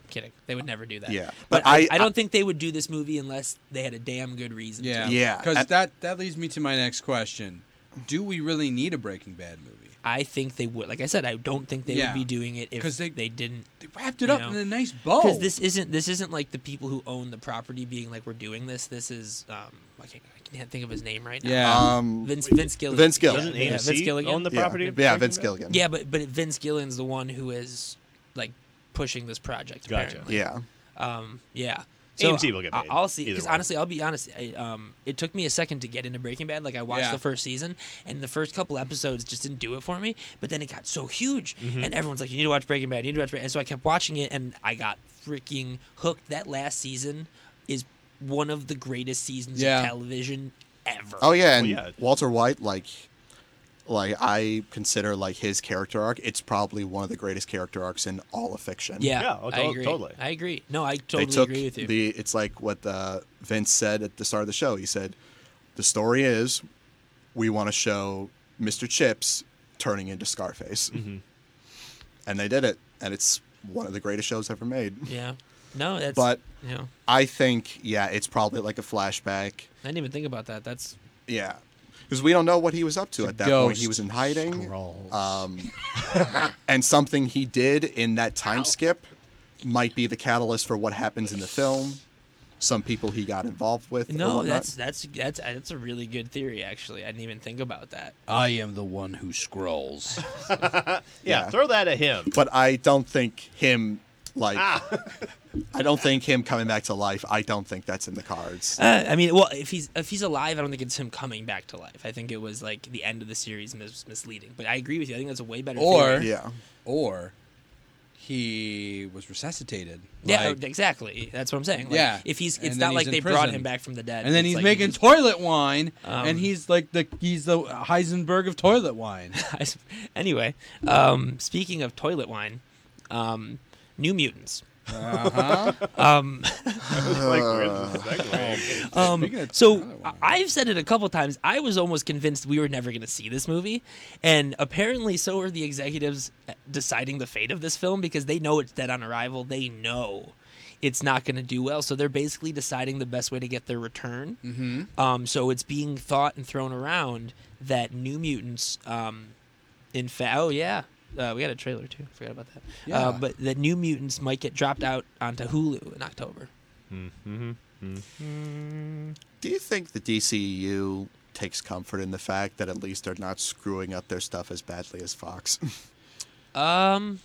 kidding. They would never do that.
Yeah.
But,
But
I,
I-
I don't think they would do this movie unless they had a damn good reason.
Yeah.
To.
Yeah,
Because
at-
that that leads me to my next question: Do we really need a Breaking Bad movie?
I think they would. Like I said, I don't think they
Yeah.
would be doing it if
'Cause
they,
they- Oh.
didn't.
They wrapped it
You
up
know,
in a nice bow.
Because this isn't this isn't like the people who own the property being like we're doing this. This is um I can't, I can't think of his name right now.
Yeah.
Um,
Vince Vince Gilligan.
Vince Gilligan.
Doesn't
Yeah, yeah,
AMC
Vince Gilligan.
own the
yeah,
property? of
yeah,
Breaking
Vince
Bad?
Gilligan.
yeah, but but Vince Gilligan's the one who is like pushing this project.
Gotcha.
Apparently.
yeah.
Um, yeah.
AMC will get
I-
paid,
I'll see.
either
Because
way.
honestly, I'll be honest. I, um, it took me a second to get into Breaking Bad. Like I watched
Yeah.
the first season, and the first couple episodes just didn't do it for me. But then it got so huge,
Mm-hmm.
and everyone's like, "You need to watch Breaking Bad. You need to watch." Breaking And so I kept watching it, and I got freaking hooked. That last season is one of the greatest seasons
Yeah.
of television ever.
Oh yeah, and
yeah.
Walter White, like, like I consider like his character arc. It's probably one of the greatest character arcs in all of fiction.
yeah,
Yeah, oh,
I
to-
agree.
totally.
I agree. No, I
They
totally
took
agree with you.
the. It's like what uh, Vince said at the start of the show. He said, "The story is, we want to show Mr. Chips turning into Scarface,"
Mm-hmm.
and they did it, and it's one of the greatest shows ever made.
yeah. No, that's.
But
you know,
I think, yeah, it's probably like a flashback.
I didn't even think about that. That's
Yeah, because we don't know what he was up to at that point. He
ghost
was in hiding,
Scrolls.
um, and something he did in that time skip might be the catalyst for what happens in the film. Some people he got involved with. or
No,
whatnot.
that's that's that's that's a really good theory. Actually, I didn't even think about that.
I am the one who scrolls.
yeah,
yeah.
throw that at him.
but I don't think him like I don't think him coming back to life. I don't think that's in the cards.
Uh, I mean, well, if he's if he's alive, I don't think it's him coming back to life. I think it was like the end of the series mis- misleading. But I agree with you. I think that's a way better.
Or-
theory.
Yeah,
or he was resuscitated.
yeah, oh, uh,
like-
exactly. That's what I'm saying. Like,
Yeah.
if he's,
And
it's
then
not
he's
like
in
they brought
prison.
him back from the dead.
and then
It's
he's
like
making
just-
toilet wine,
Um,
and he's like the he's the Heisenberg of toilet wine.
anyway, um, speaking of toilet wine, um, New Mutants.
Uh-huh.
Um,
like, where's the segue?
Speaking
Um,
of
so
another
I-
one.
I've said it a couple times. I was almost convinced we were never going to see this movie, and apparently, so are the executives deciding the fate of this film because they know it's dead on arrival. They know it's not going to do well, so they're basically deciding the best way to get their return. Mm-hmm. Um, so it's being thought and thrown around that New Mutants, um, in fact, oh yeah. Uh, we got a trailer too. I forgot about that.
Yeah.
Uh, but the New Mutants might get dropped out onto Hulu in October.
Do you think the DCU takes comfort in the fact that at least they're not screwing up their stuff as badly as Fox?
Um,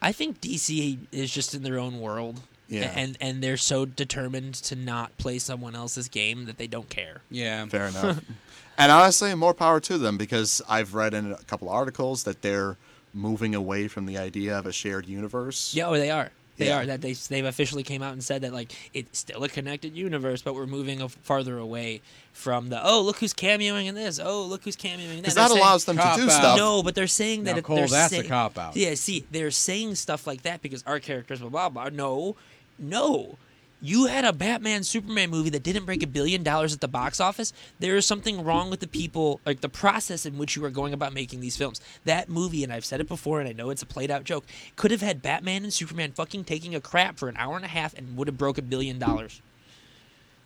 I think DC is just in their own world.
Yeah.
And and they're so determined to not play someone else's game that they don't care.
yeah,
Fair enough. and honestly, more power to them because I've read in a couple articles that they're moving away from the idea of a shared universe.
Yeah, oh, they are. They
Yeah.
are that they they've officially came out and said that like it's still a connected universe, but we're moving a, farther away from the oh look who's cameoing in this oh look who's cameoing in that.
Because
They're
that
saying-
allows them to
Cop
do
out.
stuff.
No, but they're saying that
Now,
if
Cole,
they're
that's a
saying-
cop-out.
Yeah, see, they're saying stuff like that because our characters, blah blah blah. No, no, you had a Batman Superman movie that didn't break a billion dollars at the box office, there is something wrong with the people, like the process in which you are going about making these films. That movie, and I've said it before, and I know it's a played out joke, could have had Batman and Superman fucking taking a crap for an hour and a half and would have broke a billion dollars.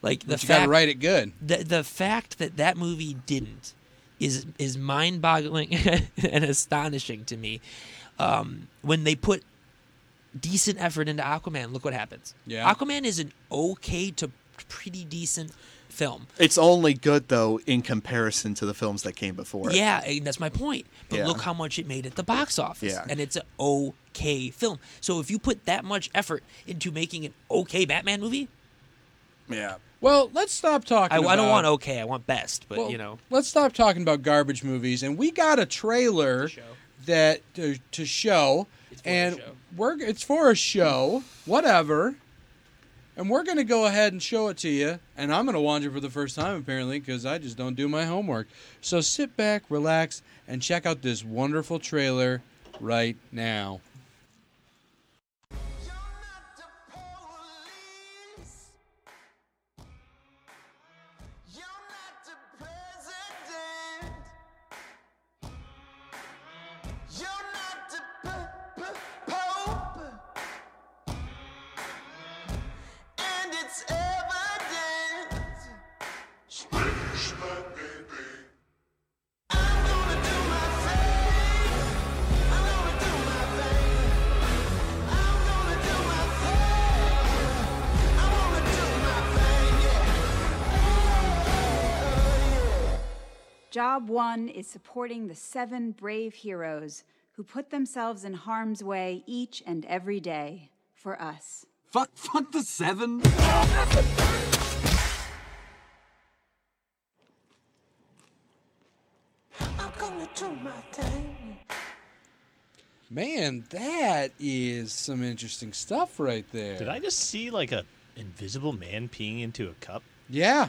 Like the
But you
fact,
gotta write it good.
the the fact that that movie didn't is is mind boggling and astonishing to me. Um, when they put decent effort into Aquaman, look what happens.
Yeah.
Aquaman is an okay to pretty decent film.
It's only good though in comparison to the films that came before. it.
Yeah, and that's my point. But
Yeah.
look how much it made at the box office.
Yeah.
And it's an okay film. So if you put that much effort into making an okay Batman movie,
yeah.
Well, let's stop talking.
I, I don't
about-
want okay, I want best, but
Well,
you know.
let's stop talking about garbage movies. And we got a trailer
show.
that to, to show,
It's for a
and
show.
we're it's for a show, whatever. And we're gonna go ahead and show it to you. And I'm gonna watch it for the first time apparently because I just don't do my homework. So sit back, relax, and check out this wonderful trailer right now.
You're not the police. You're not the president. You're not the p- p- pope. And it's evident. Smash my baby. I'm gonna do my thing. I'm gonna do my thing. I'm gonna do my thing. I'm gonna do my thing, yeah.
Job one is supporting the seven brave heroes who put themselves in harm's way each and every day for us.
Fuck, fuck the seven.
I'm gonna do my thing.
Man, that is some interesting stuff right there.
Did I just see like a invisible man peeing into a cup?
Yeah.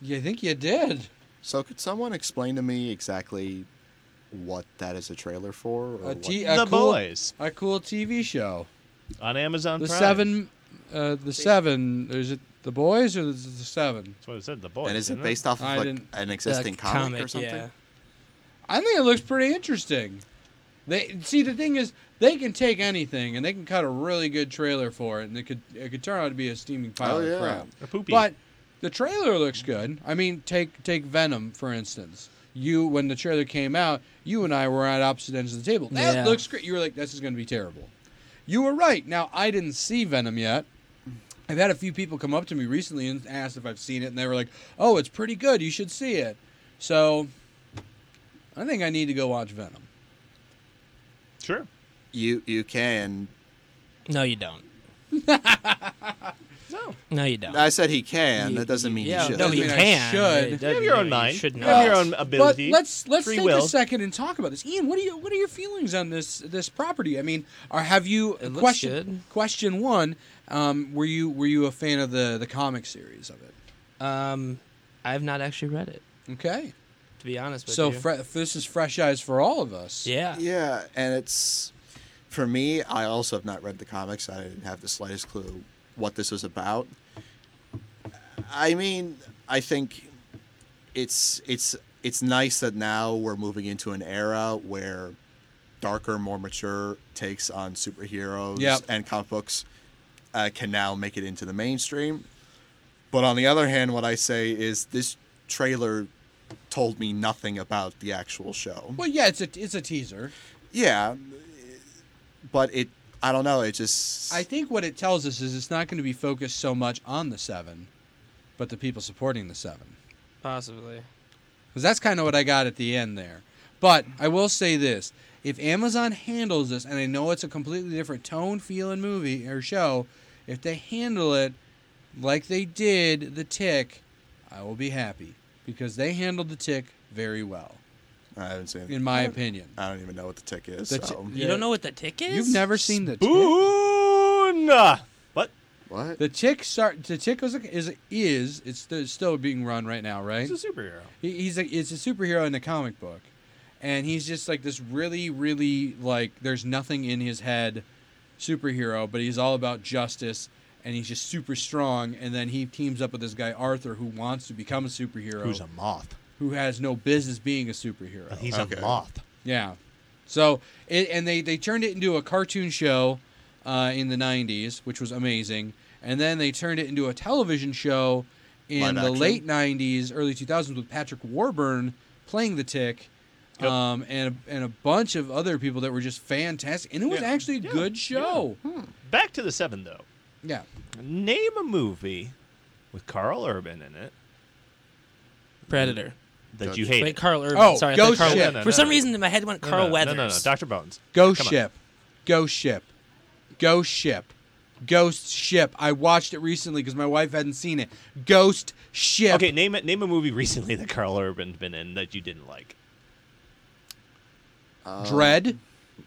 Yeah, I think you did.
So could someone explain to me exactly what that is a trailer for? Or
A
what-
t- a
The
cool,
Boys
A cool TV show.
on Amazon
The
Prime.
seven, uh, the seven. Is it the boys or is it the seven?
That's what it said. The Boys.
and is it
didn't
based off
Oh, I
of like
didn't-
an existing
The
comic, or something?
yeah.
I think it looks pretty interesting. They see the thing is they can take anything and they can cut a really good trailer for it and it could it could turn out to be a steaming pile
Oh,
of
yeah.
crap.
A poopy.
But the trailer looks good. I mean, take take Venom for instance. You when the trailer came out, you and I were at opposite ends of the table. That
Yeah.
looks great. You were like, "This is going to be terrible." You were right. Now I didn't see Venom yet. I've had a few people come up to me recently and ask if I've seen it, and they were like, "Oh, it's pretty good. You should see it." So, I think I need to go watch Venom.
sure.
You you can.
No, you don't.
No.
No, you don't.
I said he can.
You-
that doesn't mean
yeah,
he should.
No,
Doesn't
you
mean I
can.
should.
It
You have
You
doesn't
have your
mean
own mind.
should
You have
not.
your own ability.
But let's let's
free
take
will.
a second and talk about this. Ian, what are you what are your feelings on this this property? I mean, or have you
It looks
question
good.
question one? Um, were you were you a fan of the the comic series of it?
Um, I've not actually read it
Okay,
to be honest with
so
you.
fre- this is fresh eyes for all of us.
yeah.
Yeah, and it's for me. I also have not read the comics. I didn't have the slightest clue what this was about. I mean, I think it's it's it's nice that now we're moving into an era where darker, more mature takes on superheroes
Yep.
and comic books uh, can now make it into the mainstream. But on the other hand, what I say is this trailer told me nothing about the actual show.
Well, yeah, it's a it's a teaser.
Yeah, but it. I don't know. It just.
I think what it tells us is it's not going to be focused so much on the seven, but the people supporting the seven.
Possibly.
Because that's kind of what I got at the end there. But I will say this if Amazon handles this, and I know it's a completely different tone, feel, and movie or show, if they handle it like they did The Tick, I will be happy. Because they handled The Tick very well,
I haven't seen.
in my opinion.
I don't even know what the tick is.
The
so.
Tick-
You
Yeah.
don't know what the tick is?
You've never seen The Tick?
Boon. What?
what?
The Tick, start, the tick was, a- is, is it's st- still being run right now, right?
He's a superhero.
He- he's a, it's a superhero in the comic book and he's just like this really really like there's nothing in his head superhero but he's all about justice and he's just super strong. And then he teams up with this guy Arthur, who wants to become a superhero,
Who's a moth?
who has no business being a superhero.
But he's
Okay.
a moth.
Yeah. So it, and they they turned it into a cartoon show uh, in the '90s, which was amazing, and then they turned it into a television show in
Live
the
action?
late '90s, early 2000s with Patrick Warburn playing the Tick, um, and a, and a bunch of other people that were just fantastic, and it was
Yeah. Hmm.
actually a good show.
Back to the seven though.
Yeah.
Name a movie with Carl Urban in it
Predator.
that
Judge-
you hate.
Wait, Carl Urban.
Oh,
Sorry, I
Ghost
thought Carl.
Ship.
For some reason, in my head went
No,
Carl
no,
Weathers.
No, no, no, Doctor Bones.
Ghost
Come on.
Ship. Ghost Ship. Ghost Ship. Ghost Ship. I watched it recently because my wife hadn't seen it. Ghost Ship.
Okay, name it. Name a movie recently that Carl Urban's been in that you didn't like.
Dread.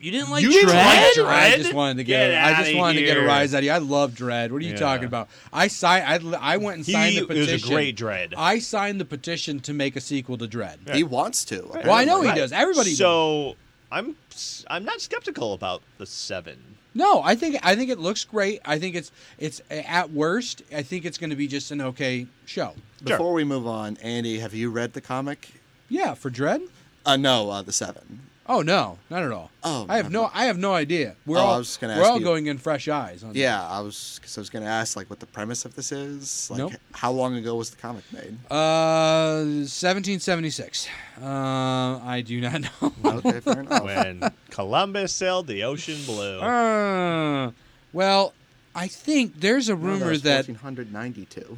You didn't like
You
Dread?
didn't like Dread?
I just wanted to get,
Get
I just
outta
wanted to get a
here.
rise out of you. I love Dread. What are you
Yeah.
talking about? I signed. I, I went and
He-
signed
it
the
was a
petition.
great Dredd.
I signed the petition to make a sequel to Dread.
He wants to.
Well, I know he
Right.
does. Everybody. does.
So I'm s- I'm not skeptical about the seven.
No, I think I think it looks great. I think it's it's at worst. I think it's going to be just an okay show.
Before we move on, Andy, have you read the comic?
Yeah, for Dread.
Uh, no, uh, the seven.
Oh no, not at all.
Oh,
I have no, I have no idea. We're
Oh,
all
I was just gonna
we're
ask
all
you.
going in fresh eyes. On
Yeah, I was because I was gonna ask like what the premise of this is. Like,
Nope.
how long ago was the comic made?
this. Uh, 1776. Uh, I do not know.
Okay, fair enough.
when Columbus sailed the ocean blue.
Uh, well, I think there's a
No,
rumor
was
that
1492.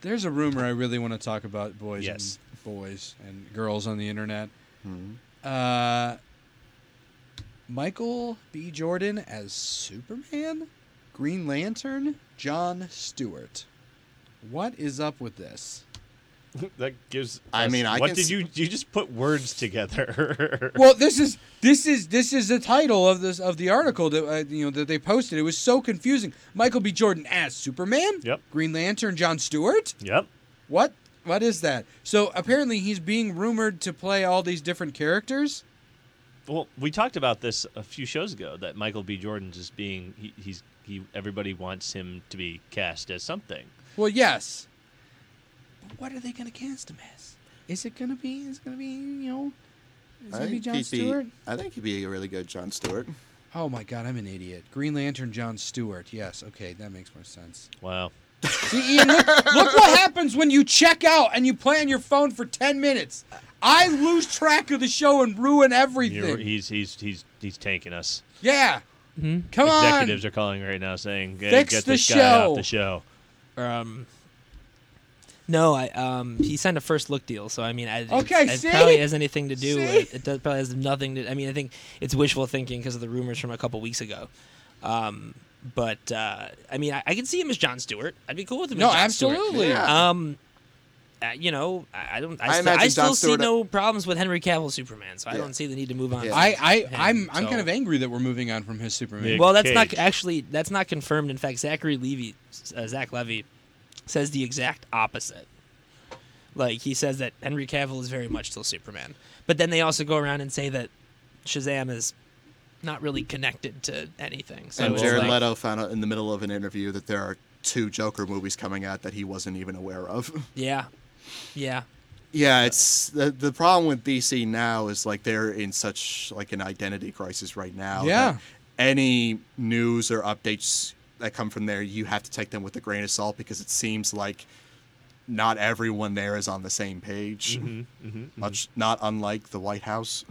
there's a rumor I really want to talk about boys
Yes.
and boys and girls on the internet. Uh, Michael B. Jordan as Superman, Green Lantern, John Stewart. What is up with this?
that gives.
I
us-
mean, I
what
can
did
s-
you you just put words together?
Well, this is this is this is the title of this of the article that uh, you know that they posted. It was so confusing. Michael B. Jordan as Superman,
Yep.
Green Lantern, John Stewart.
yep.
What? What is that? So apparently he's being rumored to play all these different characters.
Well, we talked about this a few shows ago that Michael B. Jordan's just being he, he's he everybody wants him to be cast as something.
Well, yes. But what are they going to cast him as? Is it going to be? Is it going to be? You know, is it
I
going to be
think
John
he'd be-
Stewart?
I think he'd be a really good John Stewart.
Oh my God, I'm an idiot. Green Lantern, John Stewart. Yes. Okay, that makes more sense.
Wow.
See, Ian, look, look what happens when you check out and you play on your phone for ten minutes. I lose track of the show and ruin
You're,
everything.
he's he's he's he's tanking us.
yeah. Come on.
Executives are calling right now saying, hey,
Fix
"Get
the
this guy
show."
off the show."
Um, no, I um, he signed a first look deal, so I mean, I
Okay,
it,
see?
it probably has anything to do
See?
with it. Does, probably has nothing to. I mean, I think it's wishful thinking because of the rumors from a couple weeks ago. Um, but uh, I mean, I, I can see him as John Stewart. I'd be cool with him.
No,
as John Stewart.
absolutely.
Yeah.
Um, uh, you know, I, I don't. I,
I
st-
imagine
I
John
still see
Stewart- uh,
no problems with Henry Cavill Superman, so I
Yeah.
don't see the need to move on.
Yeah.
from
I, I,
him,
I'm, I'm
so-
kind of angry that we're moving on from his Superman.
Big
Well, that's not
Cage.
actually that's not confirmed. In fact, Zachary Levy, uh, Zach Levy, says the exact opposite. Like he says that Henry Cavill is very much still Superman, but then they also go around and say that Shazam is not really connected to anything. So
and
it's
Jared
like-
Leto found out in the middle of an interview that there are two Joker movies coming out that he wasn't even aware of.
yeah, yeah,
yeah, it's the the problem with DC now is like they're in such like an identity crisis right now. that
Yeah.
any news or updates that come from there, you have to take them with a grain of salt because it seems like not everyone there is on the same page. Much not unlike the White House.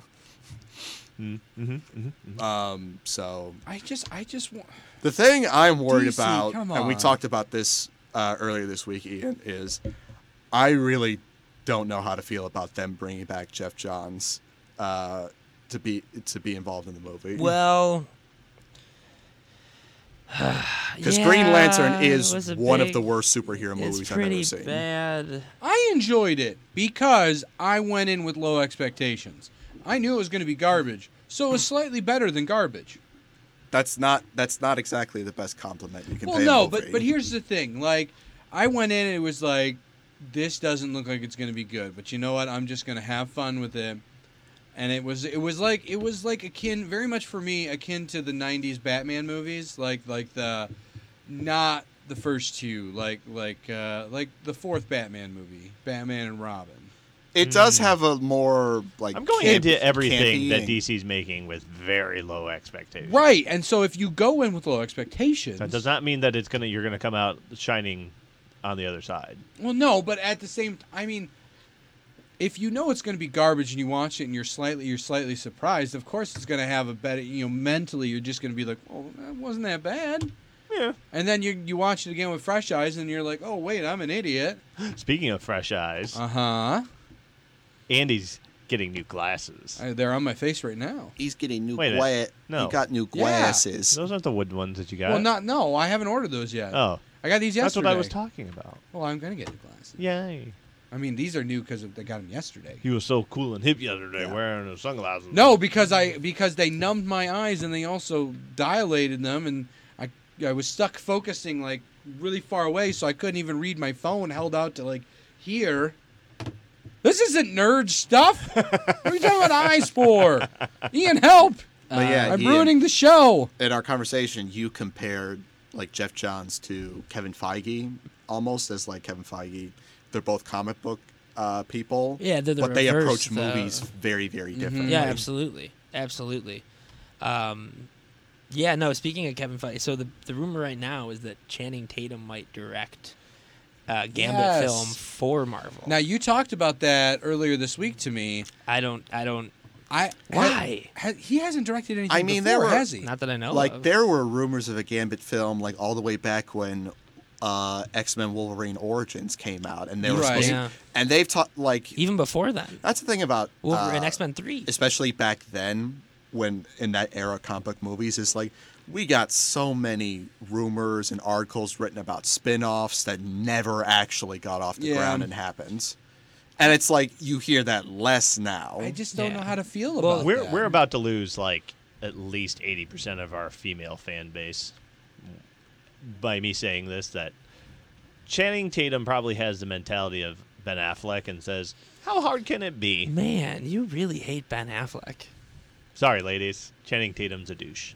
Um. So
I just, I just want.
the thing I'm worried
DC,
about,
come
and we
on.
talked about this uh, earlier this week, Ian, is I really don't know how to feel about them bringing back Jeff Johns uh, to be to be involved in the movie.
well.
because Green Lantern
yeah, it
is
was a
one of
big-
the worst superhero
It's
movies I've ever
pretty
seen.
bad.
I enjoyed it because I went in with low expectations. I knew it was going to be garbage, so it was slightly better than garbage.
That's not that's not exactly the best compliment you can
Well,
pay. a
no,
movie.
but but here's the thing. Like, I went in and it was like, this doesn't look like it's going to be good, but you know what? I'm just going to have fun with it. And it was it was like it was like akin very much for me akin to the '90s Batman movies, like like the not the first two, like like uh, like the fourth Batman movie, Batman and Robin.
It
Hmm.
does have a more like.
I'm going
camp-
into everything
campy
that
and-
DC's making with very low expectations.
Right, and so if you go in with low expectations,
That does not mean that it's gonna you're gonna come out shining on the other side.
Well, no, but at the same, t- I mean, if you know it's going to be garbage and you watch it and you're slightly you're slightly surprised, of course it's going to have a better. You know, mentally you're just going to be like, "Oh, that wasn't that bad."
Yeah.
And then you you watch it again with fresh eyes and you're like, "Oh, wait, I'm an idiot."
Speaking of fresh eyes,
Uh huh.
Andy's getting new glasses.
They're on my face right now.
He's getting new
Wait a-
gla-
no.
He got new
Yeah.
glasses.
Those aren't the wood ones that you got.
Well, not no, I haven't ordered those yet.
Oh,
I got these
that's
yesterday.
what I was talking about.
Well, I'm gonna get new glasses.
Yay!
I mean, these are new because I got them yesterday.
He was so cool and hip yesterday wearing his sunglasses.
No, because I because they numbed my eyes and they also dilated them, and I I was stuck focusing like really far away, so I couldn't even read my phone held out to like here. This isn't nerd stuff. what are you talking about eyes for? Ian, help!
But yeah,
I'm
Ian,
ruining the show.
in our conversation, you compared like Jeff Johns to Kevin Feige, almost as like Kevin Feige. They're both comic book uh, people.
Yeah, they're the
but they
reverse,
approach
though.
movies very, very
Mm-hmm.
differently.
Yeah, absolutely, absolutely. Um, yeah, no. Speaking of Kevin Feige, so the the rumor right now is that Channing Tatum might direct uh, Gambit
Yes.
film for Marvel.
Now you talked about that earlier this week to me.
I don't, I don't.
I
Why?
ha- ha- he hasn't directed anything.
I mean, there
before,
were-
has he?
Not that I know.
Like
of.
there were rumors of a Gambit film like all the way back when uh, X Men Wolverine Origins came out, and they were
Right.
supposed
Yeah.
to, and they've taught like
even before then,
that's the thing about
Wolverine
uh,
X Men Three.
especially back then when in that era of comic book movies is like we got so many rumors and articles written about spin-offs that never actually got off the
Yeah.
ground and happened and it's like you hear that less now
I just don't
Yeah.
know how to feel
Well,
about
we're
that.
we're about to lose like at least eighty percent of our female fan base by me saying this. That Channing Tatum probably has the mentality of Ben Affleck and says, "How hard can it be?"
Man, you really hate Ben Affleck.
Sorry, ladies, Channing Tatum's a douche.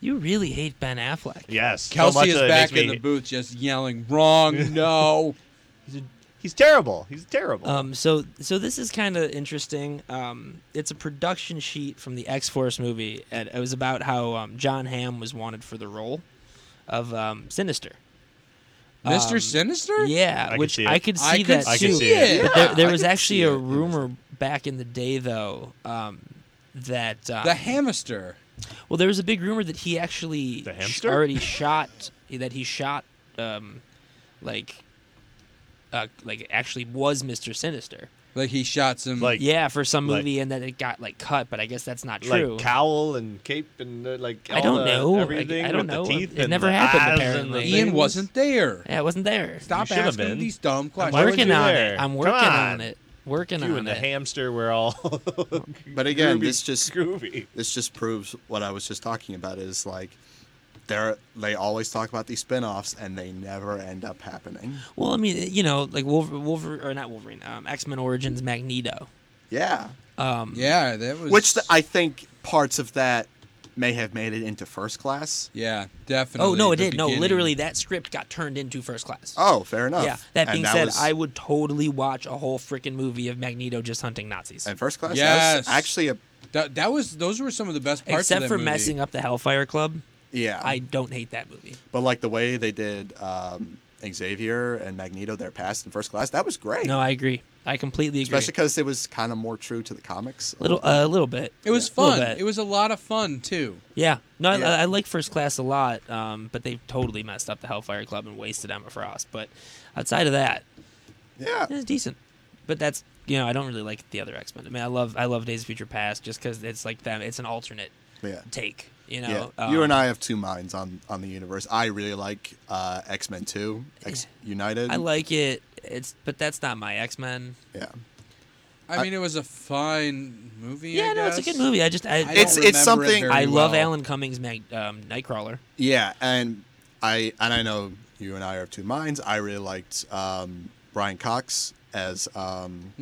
You really hate Ben Affleck.
Yes, so much
Kelsey
that
is
it
back
makes
in
me-
the booth just yelling, wrong, no.
He's terrible. He's terrible.
Um, so so this is kind of interesting. Um, it's a production sheet from the X Force movie. And it was about how um, John Hamm was wanted for the role of um, Sinister.
Mr.
Um,
Sinister?
Yeah,
I could
which
see it.
I could see
I
that
could
I
too.
could
see
see it.
it.
But there, there
I
was
could
actually
see
a
it.
rumor back in the day though um, that um,
The hamster.
well, there was a big rumor that he actually
The
sh-
hamster?
already shot that he shot um, like uh, like actually was Mister Sinister.
Like he shot some.
Like-
yeah, for some
like-
movie, and then it got like cut, but I guess that's not
like
true.
cowl and cape and uh, like
I
all
don't
the-
know. I-
everything
I don't
with the
know.
teeth
It
and
never
the
happened,
eyes and
apparently.
the
Ian
things.
wasn't there.
yeah, it wasn't there.
Stop
You should have
asking
been.
these dumb
I'm
questions.
Why weren't
working
you
on
there?
it. I'm
Come
working
on.
on. it. Working
you
on
and the
it.
hamster were all
but again
groovy-
this just
groovy
this just proves what i was just talking about is like they're, they always talk about these spin-offs and they never end up happening
well, I mean, you know, like Wolverine, Wolver- or not Wolverine, um, X Men Origins Magneto.
yeah
Um,
yeah, that was.
which the, i think parts of that may have made it into first class
Yeah, definitely.
oh no, it
the
did. No,
beginning.
literally, that script got turned into First Class.
oh fair enough
Yeah. That
And
being said,
was-
I would totally watch a whole freaking movie of Magneto just hunting Nazis.
And first class,
Yes.
that was actually a
That, that was. Those were some of the best parts.
Except
of
for
that movie.
messing up the Hellfire Club,
yeah.
I don't hate that movie.
but like the way they did um, Xavier and Magneto, their past in first class, that was great.
No, I agree. I completely agree.
especially because it was kind of more true to the comics.
little, a little bit.
It was
A little
fun.
bit.
It was a lot of fun too.
Yeah, no, I,
Yeah.
I like First Class a lot, um, but they totally messed up the Hellfire Club and wasted Emma Frost. But outside of that,
yeah,
it's decent. But that's you know I don't really like the other X Men. I mean I love I love Days of Future Past just because it's like them. It's an alternate
yeah.
take. You
Yeah.
know, Um,
you and I have two minds on, on the universe. I really like uh, X Men Two, X United.
I like it. It's but that's not my X Men.
Yeah,
I, mean, it was a fine movie.
Yeah,
I
no, it's a
guess.
good movie. I just I
I
I,
don't
It's- it's
remember it
something-
very
I love
well.
Alan Cummings' Mag, um, Nightcrawler.
yeah, and I and I know you and I are of two minds. I really liked um, Brian Cox as um,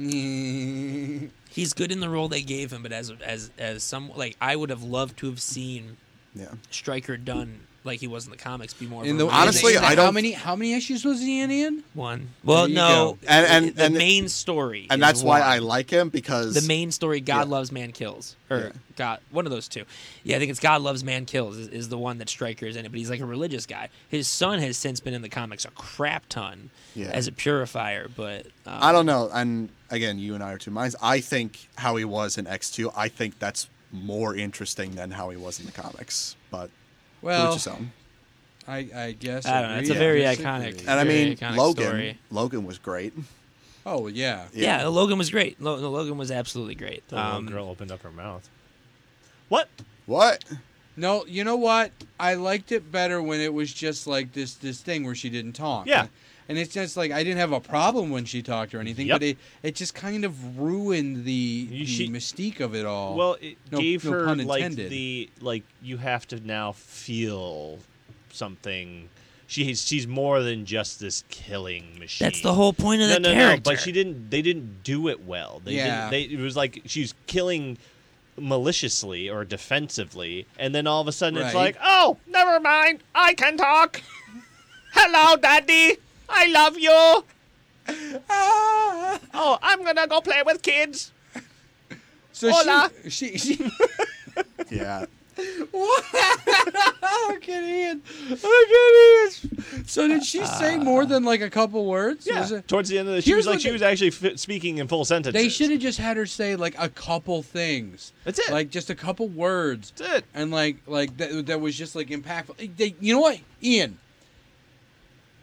He's good in the role they gave him, but as as as some like I would have loved to have seen
yeah.
Stryker done like he was in the comics, be more. of
In
a
the
romantic
Honestly, uh,
in the-
I
How
don't-
many how many issues was he in? Ian?
one. Well,
you
no,
go.
And- and-
the
and-
main story,
and
is
that's why
one.
I like him because
the main story god
Yeah.
loves man kills or god one of those two yeah i think it's god loves man kills is, is the one that striker is in it but he's like a religious guy his son has since been in the comics a crap ton
Yeah.
as a purifier but um,
I don't know. And again, you and I are two minds. I think how he was in X two. I think that's more interesting than how he was in the comics. But to each
Well,
his own.
I, I guess
I don't know, it's a
agree,
very
disagree.
iconic-
And I
Very
mean,
iconic
Logan.
story.
Logan was great.
Oh yeah.
yeah, logan was great Lo- logan was absolutely great
The little
Um,
girl opened up her mouth. What?
What?
No, you know what? I liked it better when it was just like this this thing where she didn't talk.
Yeah.
And it's just like I didn't have a problem when she talked or anything,
Yep.
but it, it just kind of ruined the, the
You- she-
mystique of it all.
Well, it
No-
gave
no
her
pun
like
intended.
the like you have to now feel something. She's she's more than just this killing machine.
that's the whole point of
no,
the
no,
character
no. But she didn't. They didn't do it well. They
Yeah.
Didn't, they, it was like she's killing maliciously or defensively, and then all of a sudden it's
Right.
like, oh, never mind, I can talk. Hello, Daddy. I love you. oh, I'm gonna go play with kids.
so
hola.
she she, she
Yeah.
look at oh, Ian. Look at Ian. So did she say more than like a couple words?
Uh, Yeah.
Was it-
Towards the end of the, she
Here's
was like,
what
she
they-
was actually f- speaking in full sentences.
They should have just had her say like a couple things.
That's it.
Like just a couple words.
That's it.
and like like that that was just like impactful. They, you know what, Ian?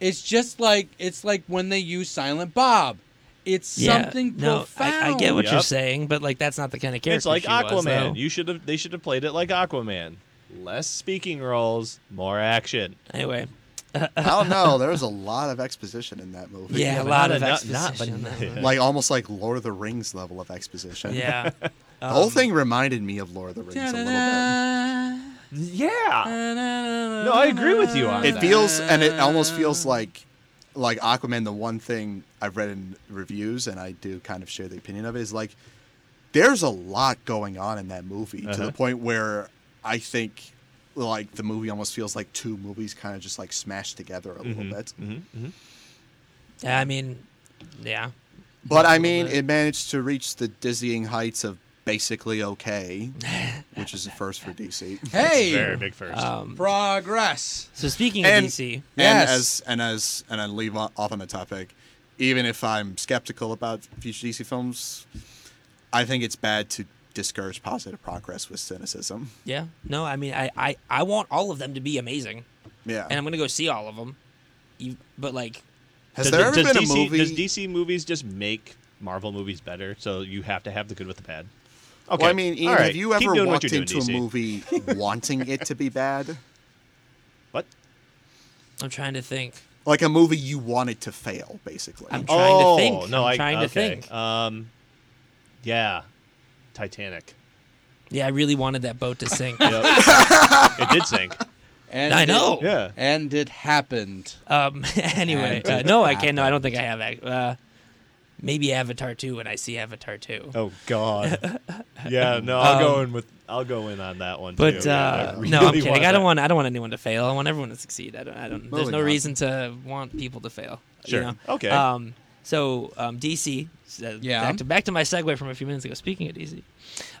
It's just like it's like when they use Silent Bob. It's
yeah,
something
no,
profound.
I, I get what you're
Yup.
saying, but like that's not the kind of character.
It's like
she was,
Aquaman.
though.
you should have. They should have played it like Aquaman. Less speaking roles, more action.
anyway,
I don't know. There was a lot of exposition in that movie.
yeah, a
but
lot
not
of
enough- not
exposition.
enough.
Like almost like Lord of the Rings level of exposition.
yeah, um,
The whole thing reminded me of Lord of the Rings a little
Yeah.
No,
No, I agree with you on
bit. It
that.
feels and it almost feels like like Aquaman, the one thing I've read in reviews and I do kind of share the opinion of it, is like there's a lot going on in that movie to the point where I think like the movie almost feels like two movies kind of just like smashed together a little bit.
I mean, yeah.
But I mean, it managed to reach the dizzying heights of basically okay, which is a first for DC.
Very
Hey,
big first.
Um,
progress.
So speaking
And-
of DC,
Yes.
And as and as and I leave o- off on the topic, even if I'm skeptical about future DC films, I think it's bad to discourage positive progress with cynicism.
Yeah. No, I mean, I, I, I want all of them to be amazing,
Yeah.
and I'm gonna go see all of them. You, but like,
Has
Does-
there
does
ever been
DC
a movie?
Does DC movies just make Marvel movies better? So you have to have the good with the bad. Okay.
Well, I mean, Ian,
All right.
have you
Keep
ever
doing what
walked
you're doing,
into
DC.
a movie wanting it to be bad?
What?
I'm trying to think.
Like a movie you wanted to fail, basically.
I'm trying
Oh
to think.
no,
I'm
I-
trying to
okay.
think.
Um, yeah, Titanic.
Yeah, I really wanted that boat to sink.
Yep. it did sink.
And
I
it-
know.
Yeah.
And it happened.
Um. Anyway,
And
uh,
it
no, I can't. No, I don't think I have. ac- Uh, maybe Avatar two when I see Avatar two.
Oh God. Yeah. No, I'll go in with. I'll go in on that one.
But
too. I
uh,
really
no, I'm kidding.
want
I don't
that.
want. I don't want anyone to fail. I want everyone to succeed. I don't. I don't. There's
Moving
no
on.
reason to want people to fail.
Sure. Oh,
You know?
Okay.
Um. So um, DC. uh,
Yeah.
Back to back to my segue from a few minutes ago. Speaking of DC,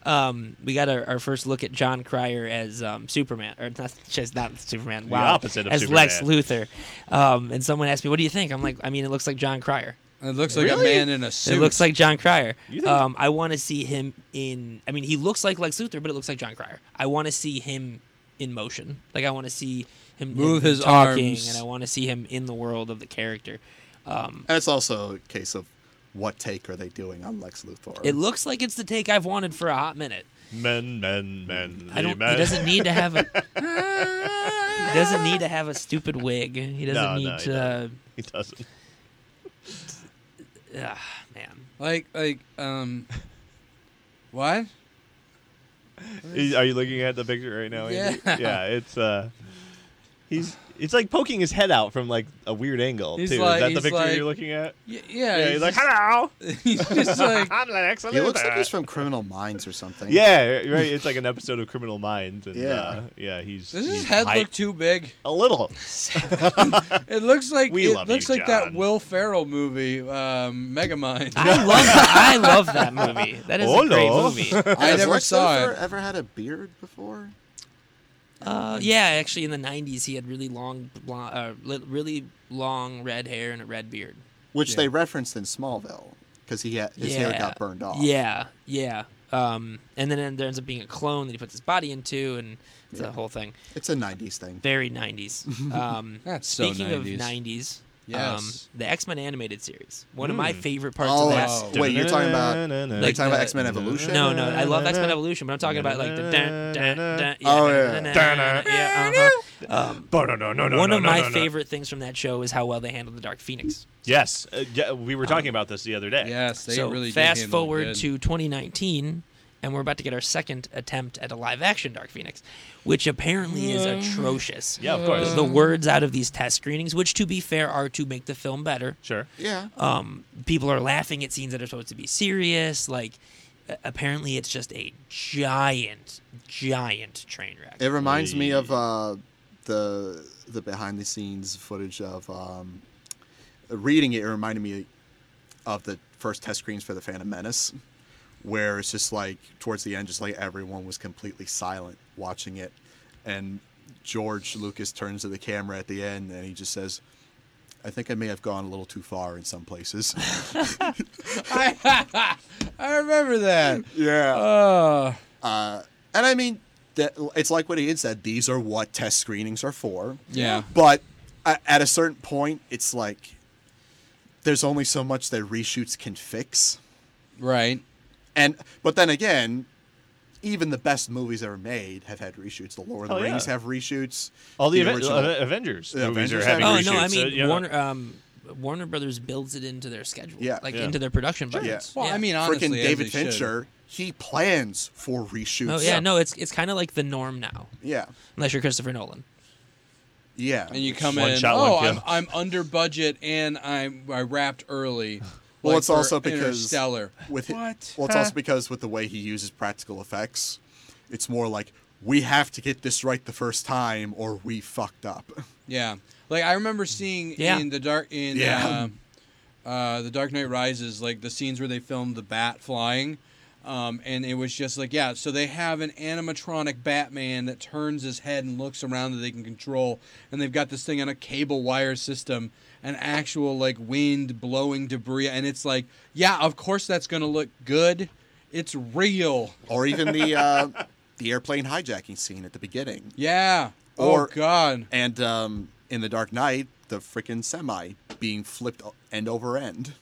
um, we got our, our first look at John Cryer as um, Superman, or not just not Superman. Wow.
opposite of
as Lex
Superman.
Luthor. Um, and someone asked me, "What do you think?" I'm like, "I mean, it looks like John Cryer."
It looks like a man in a suit.
It looks like John Cryer.
You think-
Um, I want to see him in. I mean, he looks like Lex Luthor, but it looks like John Cryer. I want to see him in motion. Like I want to see him
Move
him
his
talking,
arms.
and I want to see him in the world of the character. Um,
And it's also a case of what take are they doing on Lex Luthor?
it looks like it's the take I've wanted for a hot minute.
Men, men, men.
I don't.
men.
He doesn't need to have a. he doesn't need to have a stupid wig. He doesn't
No,
need
no, he
to.
He doesn't.
ah, man,
like like um what?
Is- Are you looking at the picture right now? Andy?
Yeah.
Yeah. It's uh, he's
It's like poking his head out from like a weird angle
He's
too.
like-
Is that the
he's
picture
like-
you're looking at?
Yeah,
Yeah, he's, like, "Hello,
just, he's just like
I'm Lennox."
He looks like
Luther."
he's from Criminal Minds or something.
Yeah, right. It's like an episode of Criminal Minds. And,
Yeah.
uh, yeah. He's
does his
he's
head
hyped.
look too big?
a little.
It looks like
We
it
love
looks
you,
like that
John. Ah,
Will Ferrell movie, um, Megamind.
I love that. I love that movie. That is a great
Hello.
movie.
I
Has
never
Lex
saw
Luthor
it.
Ever had a beard before?
Uh, yeah, actually, in the '90s, he had really long, blonde, uh, li- really long red hair and a red beard.
Which they referenced in Smallville because he had, his hair got burned off.
Yeah, yeah. Um, and then there ends up being a clone that he puts his body into, and it's a whole thing.
it's a '90s thing.
Very 90s. Um,
That's so
speaking of
90s.
90s,
Yes. Hmm.
um, the X Men animated series. One of my favorite parts
Oh,
of that.
that's-
wait, you're talking about-
Like,
Are you talking
the-
about X Men Evolution?
No, no, I love X Men Evolution, but I'm talking about like the. Dun, dun, dun, yeah,
Oh,
dun,
yeah.
dun, dun, yeah, uh-huh. Um,
No, no, no, no, no,
One
no,
of
no,
my
no, no.
favorite things from that show is how well they handled the Dark Phoenix.
Yes, uh, yeah, we were talking about this the other day.
Yes, they
so
really did
fast
handle it
forward
good.
to 2019 and we're about to get our second attempt at a live action dark phoenix which apparently is atrocious
Yeah, of course.
the words out of these test screenings which to be fair are to make the film better
Sure.
Yeah.
um, people are laughing at scenes that are supposed to be serious like a- apparently it's just a giant giant train wreck
It reminds me of uh, the the behind the scenes footage of um, reading it. It reminded me of the first test screens for the Phantom Menace, where it's just like towards the end, just like everyone was completely silent watching it, and George Lucas turns to the camera at the end and he just says. I think I may have gone a little too far in some places.
I, remember that.
yeah.
Uh,
Uh, and I mean, that, it's like what Ian said. These are what test screenings are for.
Yeah.
But a- at a certain point, it's like there's only so much that reshoots can fix.
right.
And but then again, even the best movies ever made have had reshoots. The Lord of the
Oh, yeah.
Rings have reshoots.
All the, Aven-
original-
uh, Avengers
The
movies
Avengers
are having
have-
oh
reshoots.
no i mean
so, yeah.
warner um, warner brothers builds it into their schedule
Yeah.
like
Yeah.
into their production budgets
Well,
Yeah.
I mean, honestly,
Freaking
as
David
they should.
Fincher, he plans for reshoots.
Oh yeah, no, it's it's kind of like the norm now,
Yeah.
unless you're Christopher Nolan.
Yeah.
And you come
One
in.
shot, one
oh,
kill."
I'm, I'm under budget and I'm I wrapped early.
Well,
like
it's
for
also because
Interstellar.
with it-
what?
well, it's also because with the way he uses practical effects, it's more like we have to get this right the first time or we fucked up.
Yeah, like I remember seeing
Yeah.
in the dark in
Yeah.
uh, uh, the Dark Knight Rises, like the scenes where they filmed the bat flying, um, and it was just like yeah. So they have an animatronic Batman that turns his head and looks around that they can control, and they've got this thing on a cable wire system, an actual like wind blowing debris, and it's like yeah, of course that's gonna look good. It's real.
Or even the uh, the airplane hijacking scene at the beginning,
Yeah.
Or-
oh God.
and um, in the Dark Knight, the freaking semi being flipped o- end over end,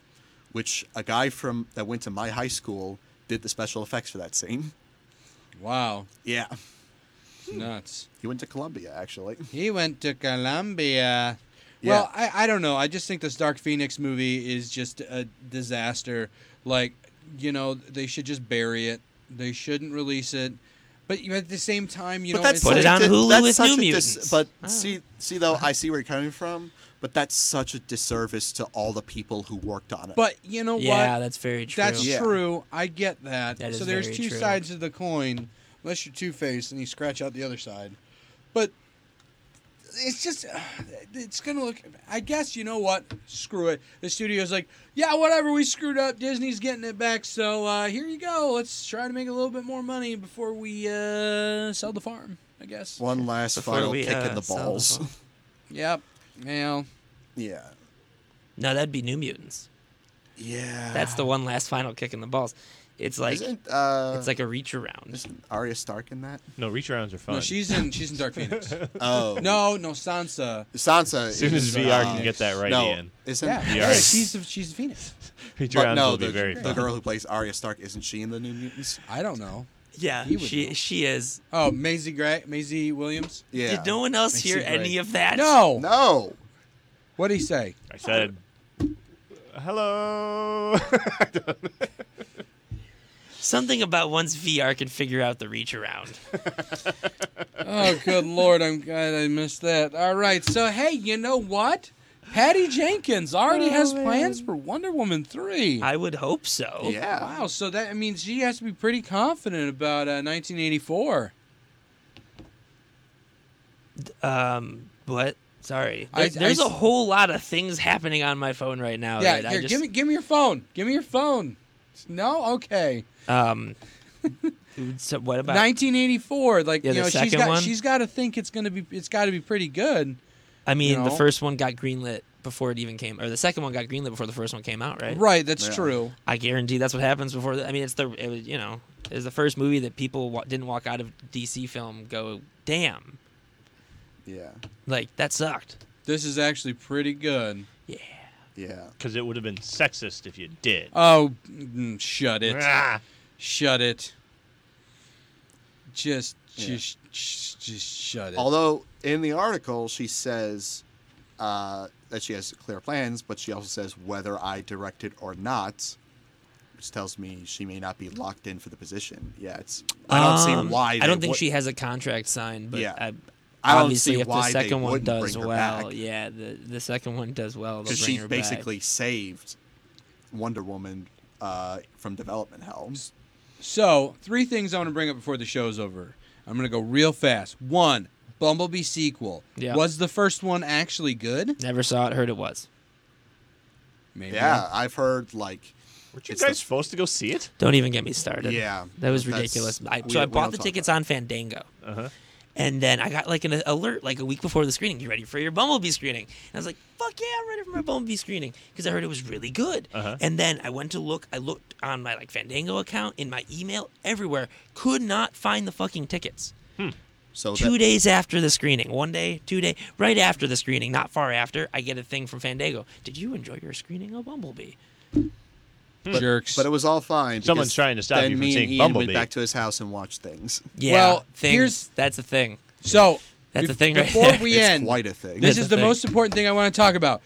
which a guy from that went to my high school did the special effects for that scene.
Wow.
Yeah,
Nuts.
he went to Columbia actually.
He went to Colombia.
Yeah.
Well, I, I don't know. I just think this Dark Phoenix movie is just a disaster. Like, you know, they should just bury it. They shouldn't release it. But you at the same time, you know, it's
Put it
such a
on
di-
Hulu
that's
with
such
New
a
Mutants.
but
Ah.
see, see though, I see where you're coming from, but that's such a disservice to all the people who worked on it.
But you know
Yeah,
what?
that's very true.
That's
Yeah.
true. I get that.
That is
so there's
very
two
true.
sides of the coin, unless you're Two Faced and you scratch out the other side. But it's just, uh, it's gonna look. I guess you know what? Screw it. The studio's like, yeah, whatever. We screwed up. Disney's getting it back. So uh, here you go. Let's try to make a little bit more money before we uh, sell the farm. I guess.
one last
Before
final
we,
kick
uh,
in the
sell the
balls.
farm.
Yep. Well,
yeah,
no, that'd be New Mutants.
yeah.
That's the one last final kick in the balls. It's like
Isn't uh,
it's like a reach around.
isn't Arya Stark in that?
No, reach arounds are fun.
no, she's in. She's in Dark Phoenix.
Oh
No, no, Sansa.
Sansa.
as soon as
is,
VR
uh,
can get that right
no,
in,
isn't
Yeah,
The
yeah,
Arya-
she's the- she's the Phoenix.
reach
But
arounds
no,
will
the,
be very
the
fun.
girl who plays Arya Stark isn't she in the New Mutants?
I don't know.
Yeah,
He would
she
know.
she is.
Oh, Maisie Gray, Maisie Williams.
Yeah.
Did no one else
Makes
hear
it great.
any of that?
No.
No.
What did he say?
I said, "Hello."
Something about one's VR can figure out the reach around.
Oh, good lord! I'm glad I missed that. All right, so hey, you know what? Patty Jenkins already has plans for Wonder Woman three.
Oh, I would hope so.
Yeah.
Wow, so that I mean, she has to be pretty confident about uh, 1984.
Um, what? Sorry.
I-
There- there's
I-
a whole lot of things happening on my phone right now.
yeah,
that Oh, I
here,
just,
give me give me your phone. Give me your phone. No, okay.
Um, so what about?
1984. Like
Yeah,
you
the
know, she's
second
got
one?
she's got to think it's gonna be it's got to be pretty good.
I mean,
you
the
know?
first one got greenlit before it even came, or the second one got greenlit before the first one came out, right?
Right, that's
Yeah.
true.
I guarantee that's what happens before. The, I mean, it's the it was, you know, it's the first movie that people wa- didn't walk out of DC film go, damn,
Yeah.
like that sucked.
This is actually pretty good.
Yeah.
Because it would have been sexist if you did.
Oh, mm, shut it.
Ah.
Shut it. Just,
Yeah.
just, just, just shut it.
Although in the article she says uh, that she has clear plans, but she also says whether I direct it or not, which tells me she may not be locked in for the position. Yeah, it's I don't
Um,
see why.
I
they
don't think
would-
she has a contract signed, but
Yeah.
I,
I don't
obviously,
see
if the
why they
second one
wouldn't
does
bring her
well,
back.
yeah, the the second one does well. they'll
because
bring
she
her back.
basically saved Wonder Woman uh, from development hell.
So, three things I want to bring up before the show's over. I'm going to go real fast. One, Bumblebee sequel.
Yeah.
Was the first one actually good?
never saw it, heard it was.
Maybe.
Yeah, I've heard like
Weren't you
it's the-
guys supposed to go see it?
Don't even get me started.
Yeah,
that was
that's-
ridiculous. I,
we-
so I
we
bought
don't
the
talk
tickets
about
on Fandango, and then I got like an alert like a week before the screening. You ready for your Bumblebee screening? And I was like, "Fuck yeah, I'm ready for my Bumblebee screening" because I heard it was really good.
Uh-huh.
And then I went to look. I looked on my like Fandango account, in my email, everywhere. Could not find the fucking tickets.
So
two
that,
days after the screening, one day, two day, right after the screening, not far after, I get a thing from Fandango. Did you enjoy your screening of Bumblebee?
Jerks.
but it was all fine.
Someone's
because
trying to stop
then
you from
me and
seeing
Ian
Bumblebee.
Went back to his house and watched things.
Yeah,
Well,
things,
here's-
that's a thing.
so,
That's
be-
the thing right
Before
there.
we
It's
end,
quite a thing.
this
That's
is
the
the
thing.
most important thing I want to talk about.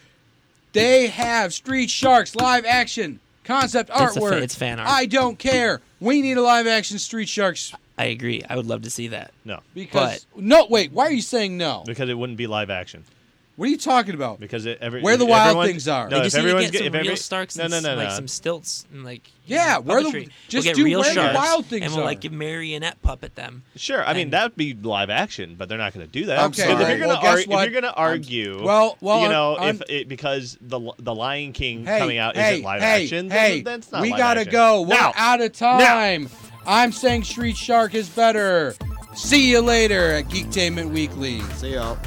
They have Street Sharks live action concept
It's a fa-
artwork.
it's fan art.
I don't care. We need a live action Street Sharks
I agree. I would love to see that.
No.
because no. Wait, why are you saying no?
Because it wouldn't be live action.
What are you talking about?
Because it, every
Where the
if
wild
everyone-
things
No,
are. They
They
if
just need to
everyone's
get some
good- if
real
every-
starks
No,
and
no,
s-
no,
like
no.
some stilts and like
Yeah,
you know,
where the-
puppetry.
just
we'll get
do
real
where the
sharks,
wild things
and we'll
are.
like marionette puppet them.
Sure, I mean
And-
that'd be live action, but they're not going to do that.
I'm
If
sorry.
you're going
Well,
to
guess
if
what?
you're going to argue,
Well- well,
you know,
I'm-
if it, because the Li- the Lion King
Hey,
coming out
hey,
isn't live
hey,
action, then
Hey,
that's not
we
live
gotta
action.
go. We're
Now!
out of time. I'm saying Street Shark is better. See you later at Geektainment Weekly.
See y'all.